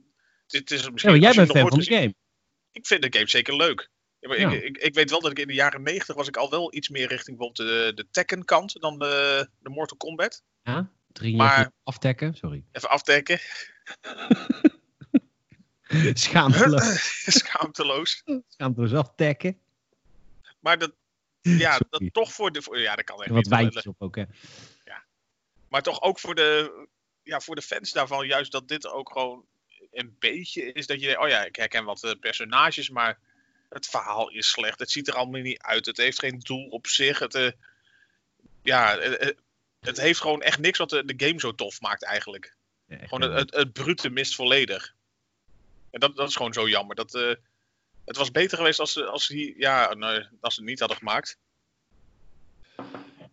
B: dit is
A: Ja,
B: misschien,
A: maar jij
B: als je
A: bent
B: hem nog
A: fan
B: nooit
A: van de
B: gezien-
A: game.
B: ik vind de game zeker leuk. Ja, maar
A: Ja.
B: Ik, ik, ik weet wel dat ik in de jaren 90 was ik al wel iets meer richting bijvoorbeeld de, de Tekken kant dan de, de Mortal Kombat.
A: Ja, drie
B: Maar-
A: jaar aftekken, sorry.
B: Even afdekken.
A: Schaamteloos,
B: Schaamteloos.
A: schaamteloos aftekken.
B: Maar dat, ja, dat
A: Sorry.
B: toch voor de... Voor, ja, dat kan echt
A: En wat
B: niet.
A: wijntjes op ook, hè.
B: Maar toch ook voor de, ja, voor de fans daarvan juist dat dit ook gewoon een beetje is. Dat je denkt, oh ja, ik herken wat eh, personages, maar het verhaal is slecht. Het ziet er allemaal niet uit. Het heeft geen doel op zich. Het, eh, ja, eh, eh, het heeft gewoon echt niks wat de, de game zo tof maakt eigenlijk.
A: Ja, echt,
B: Gewoon
A: eh,
B: het, het, het brute mist volledig. En dat, dat is gewoon zo jammer. Dat, eh, het was beter geweest als ze, als ze, hier- ja, nee, als ze het niet hadden gemaakt.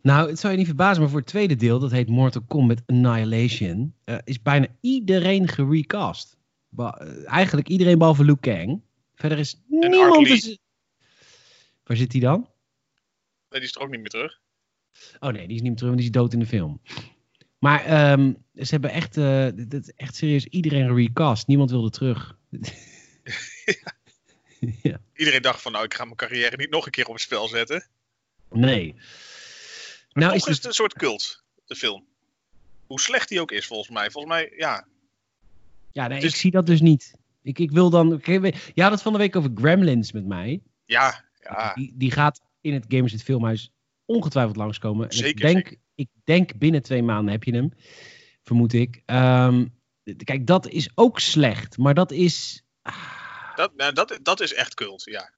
A: Nou, het zou je niet verbazen, maar voor het tweede deel, dat heet Mortal Kombat Annihilation, eh, is bijna iedereen gerecast. Ba- eh, eigenlijk iedereen behalve Liu Kang. Verder is niemand...
B: Art Lee.
A: is- Waar zit hij dan?
B: Nee, die is er ook niet meer terug.
A: Oh nee, die is niet meer terug, want die is dood in de film. Maar ehm, ze hebben echt, eh, dit- dit is echt serieus iedereen gerecast. Niemand wilde terug. ja.
B: Iedereen dacht van, nou, ik ga mijn carrière niet nog een keer op het spel zetten.
A: Nee. Nou
B: Toch
A: is
B: is
A: dus,
B: het een soort cult, de film. Hoe slecht die ook is, volgens mij. Volgens mij, ja.
A: Ja, nee,
B: Dus-
A: ik zie dat dus niet. Ik, ik wil dan. oké, we- Je had het van de week over Gremlins met mij.
B: Ja, ja.
A: Die, die gaat in het Gamers in het Filmhuis ongetwijfeld langskomen. En
B: Zeker,
A: ik, denk, ik denk binnen twee maanden heb je hem. Vermoed ik. Ehm, d- kijk, dat is ook slecht. Maar dat is. ah,
B: Dat, nou, dat, dat is echt cult, ja.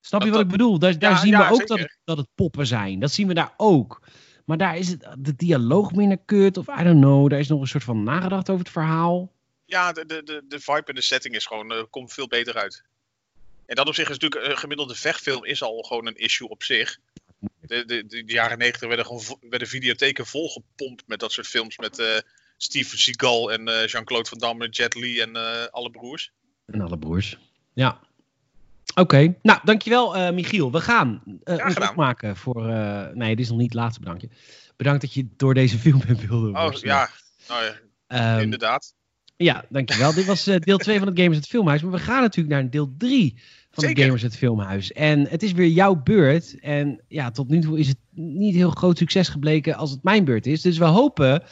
A: snap je
B: dat-
A: wat ik bedoel? Daar, daar
B: Ja,
A: zien
B: ja,
A: we ook dat
B: zeker.
A: het, dat het poppen zijn. Dat zien we daar ook. Maar daar is het, de dialoog minder kut. Of I don't know. Daar is nog een soort van nagedacht over het verhaal.
B: Ja, de, de, de, de vibe en de setting is gewoon, eh, komt veel beter uit. En dat op zich is natuurlijk, eh, een gemiddelde vechtfilm is al gewoon een issue op zich. De, de, de, de jaren negentig werden, gewoon vo- werden videotheken volgepompt met dat soort films. Met eh Steven Seagal en eh, Jean-Claude Van Damme, Jet Li en eh, alle broers.
A: En alle broers. Ja. Oké. Nou, dankjewel eh, Michiel. We gaan eh
B: Graag
A: ons
B: gedaan.
A: opmaken voor... eh, nee, dit is nog niet het laatste bedankje. Bedankt dat je door deze film bent wilde
B: Oh ja, nou ja,
A: Ehm,
B: inderdaad.
A: ja, dankjewel. dit was eh, deel 2 van het Gamers het Filmhuis. Maar we gaan natuurlijk naar deel 3 van het
B: Zeker.
A: Gamers het Filmhuis. En het is weer jouw beurt. En ja, tot nu toe is het niet heel groot succes gebleken als het mijn beurt is. Dus we hopen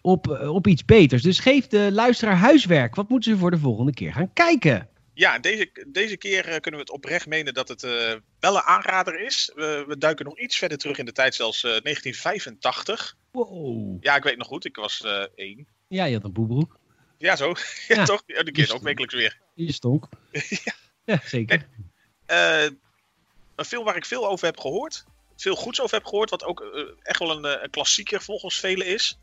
A: op, op iets beters. Dus geef de luisteraar huiswerk. Wat moeten ze voor de volgende keer gaan kijken?
B: Ja, deze, deze keer eh, kunnen we het oprecht menen dat het eh, wel een aanrader is. We, we duiken nog iets verder terug in de tijd, zelfs eh, 1985.
A: Wow.
B: Ja, ik weet nog goed, ik was eh, één.
A: Ja, je had een boebroek.
B: Ja, zo. Ja,
A: Ja.
B: toch? Ja, die keer ook wekelijks weer.
A: Je stonk. ja, zeker.
B: Eh, een film waar ik veel over heb gehoord. Veel goeds over heb gehoord, wat ook eh, echt wel een, eh, een klassieker volgens velen is.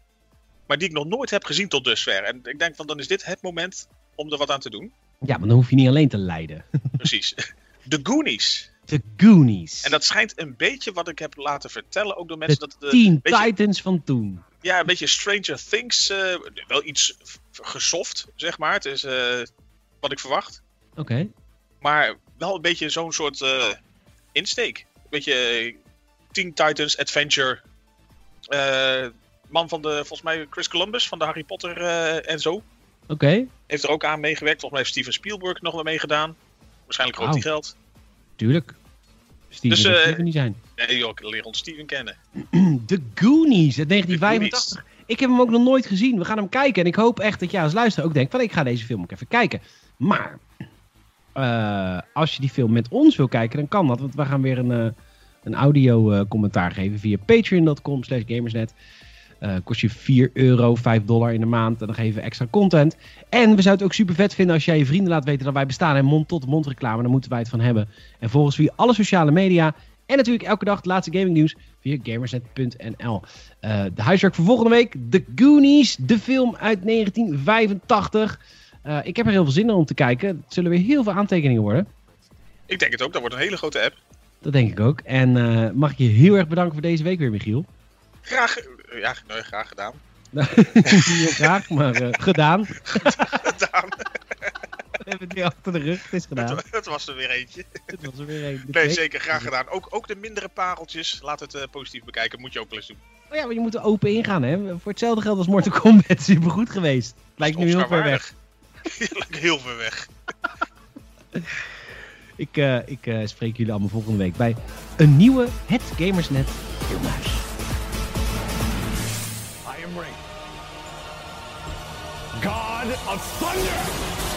B: Maar die ik nog nooit heb gezien tot dusver. En ik denk van, dan is dit het moment om er wat aan te doen.
A: Ja, maar dan hoef je niet alleen te lijden.
B: Precies. The Goonies.
A: De Goonies.
B: En dat schijnt een beetje wat ik heb laten vertellen, ook door
A: de
B: mensen. dat het, eh,
A: Teen
B: beetje-
A: Titans van toen.
B: Ja, een beetje Stranger Things. eh, wel iets v- gesoft, zeg maar. Het is eh, wat ik verwacht.
A: Oké.
B: Maar wel een beetje zo'n soort eh, insteek. Een beetje eh, Teen Titans Adventure. Eh, man van de, volgens mij, Chris Columbus van de Harry Potter eh, en zo.
A: Oké.
B: Heeft er ook aan meegewerkt. Volgens mij heeft Steven Spielberg nog wel meegedaan. Waarschijnlijk groot
A: Wauw.
B: die geld.
A: Tuurlijk. Steven
B: Dus,
A: dat
B: eh,
A: Steven niet zijn.
B: Nee joh, ik leer ons Steven kennen.
A: De Goonies uit 1985. Ik heb hem ook nog nooit gezien. We gaan hem kijken. En ik hoop echt dat jij als luisteraar ook denkt van ik ga deze film ook even kijken. Maar eh, als je die film met ons wil kijken, dan kan dat. Want we gaan weer een, eh, een audio eh, commentaar geven via patreon.com slash gamersnet. Eh, kost je 4 euro, 5 dollar in de maand. En dan geven we extra content. En we zouden het ook super vet vinden als jij je vrienden laat weten dat wij bestaan. En mond-tot-mond reclame, daar moeten wij het van hebben. En volgens via alle sociale media. En natuurlijk elke dag het laatste gaming nieuws via gamersnet.nl. Eh, de huiswerk voor volgende week. The Goonies, de film uit 1985. Eh, ik heb er heel veel zin in om te kijken. Het zullen weer heel veel aantekeningen worden.
B: Ik denk het ook, dat wordt een hele grote app.
A: Dat denk ik ook. En eh, mag ik je heel erg bedanken voor deze week weer, Michiel.
B: Graag, eh, ja, nee, graag gedaan.
A: Nou, niet heel graag, maar eh, gedaan. We
B: gedaan.
A: hebben het weer achter de rug. Het is gedaan.
B: Het was er weer eentje.
A: Het was er weer een.
B: Nee, zeker. Graag gedaan. Ook, ook de mindere pareltjes. Laat het eh, positief bekijken. Moet je ook wel eens doen.
A: Oh ja, maar je moet er open ingaan, hè. Voor hetzelfde geld was Mortal Kombat supergoed geweest. Lijkt nu heel ver weg.
B: Lijkt heel ver weg.
A: Ik, eh, ik eh, spreek jullie allemaal volgende week bij een nieuwe Het Gamersnet Filmhuis.
C: I am Rain, God of Thunder!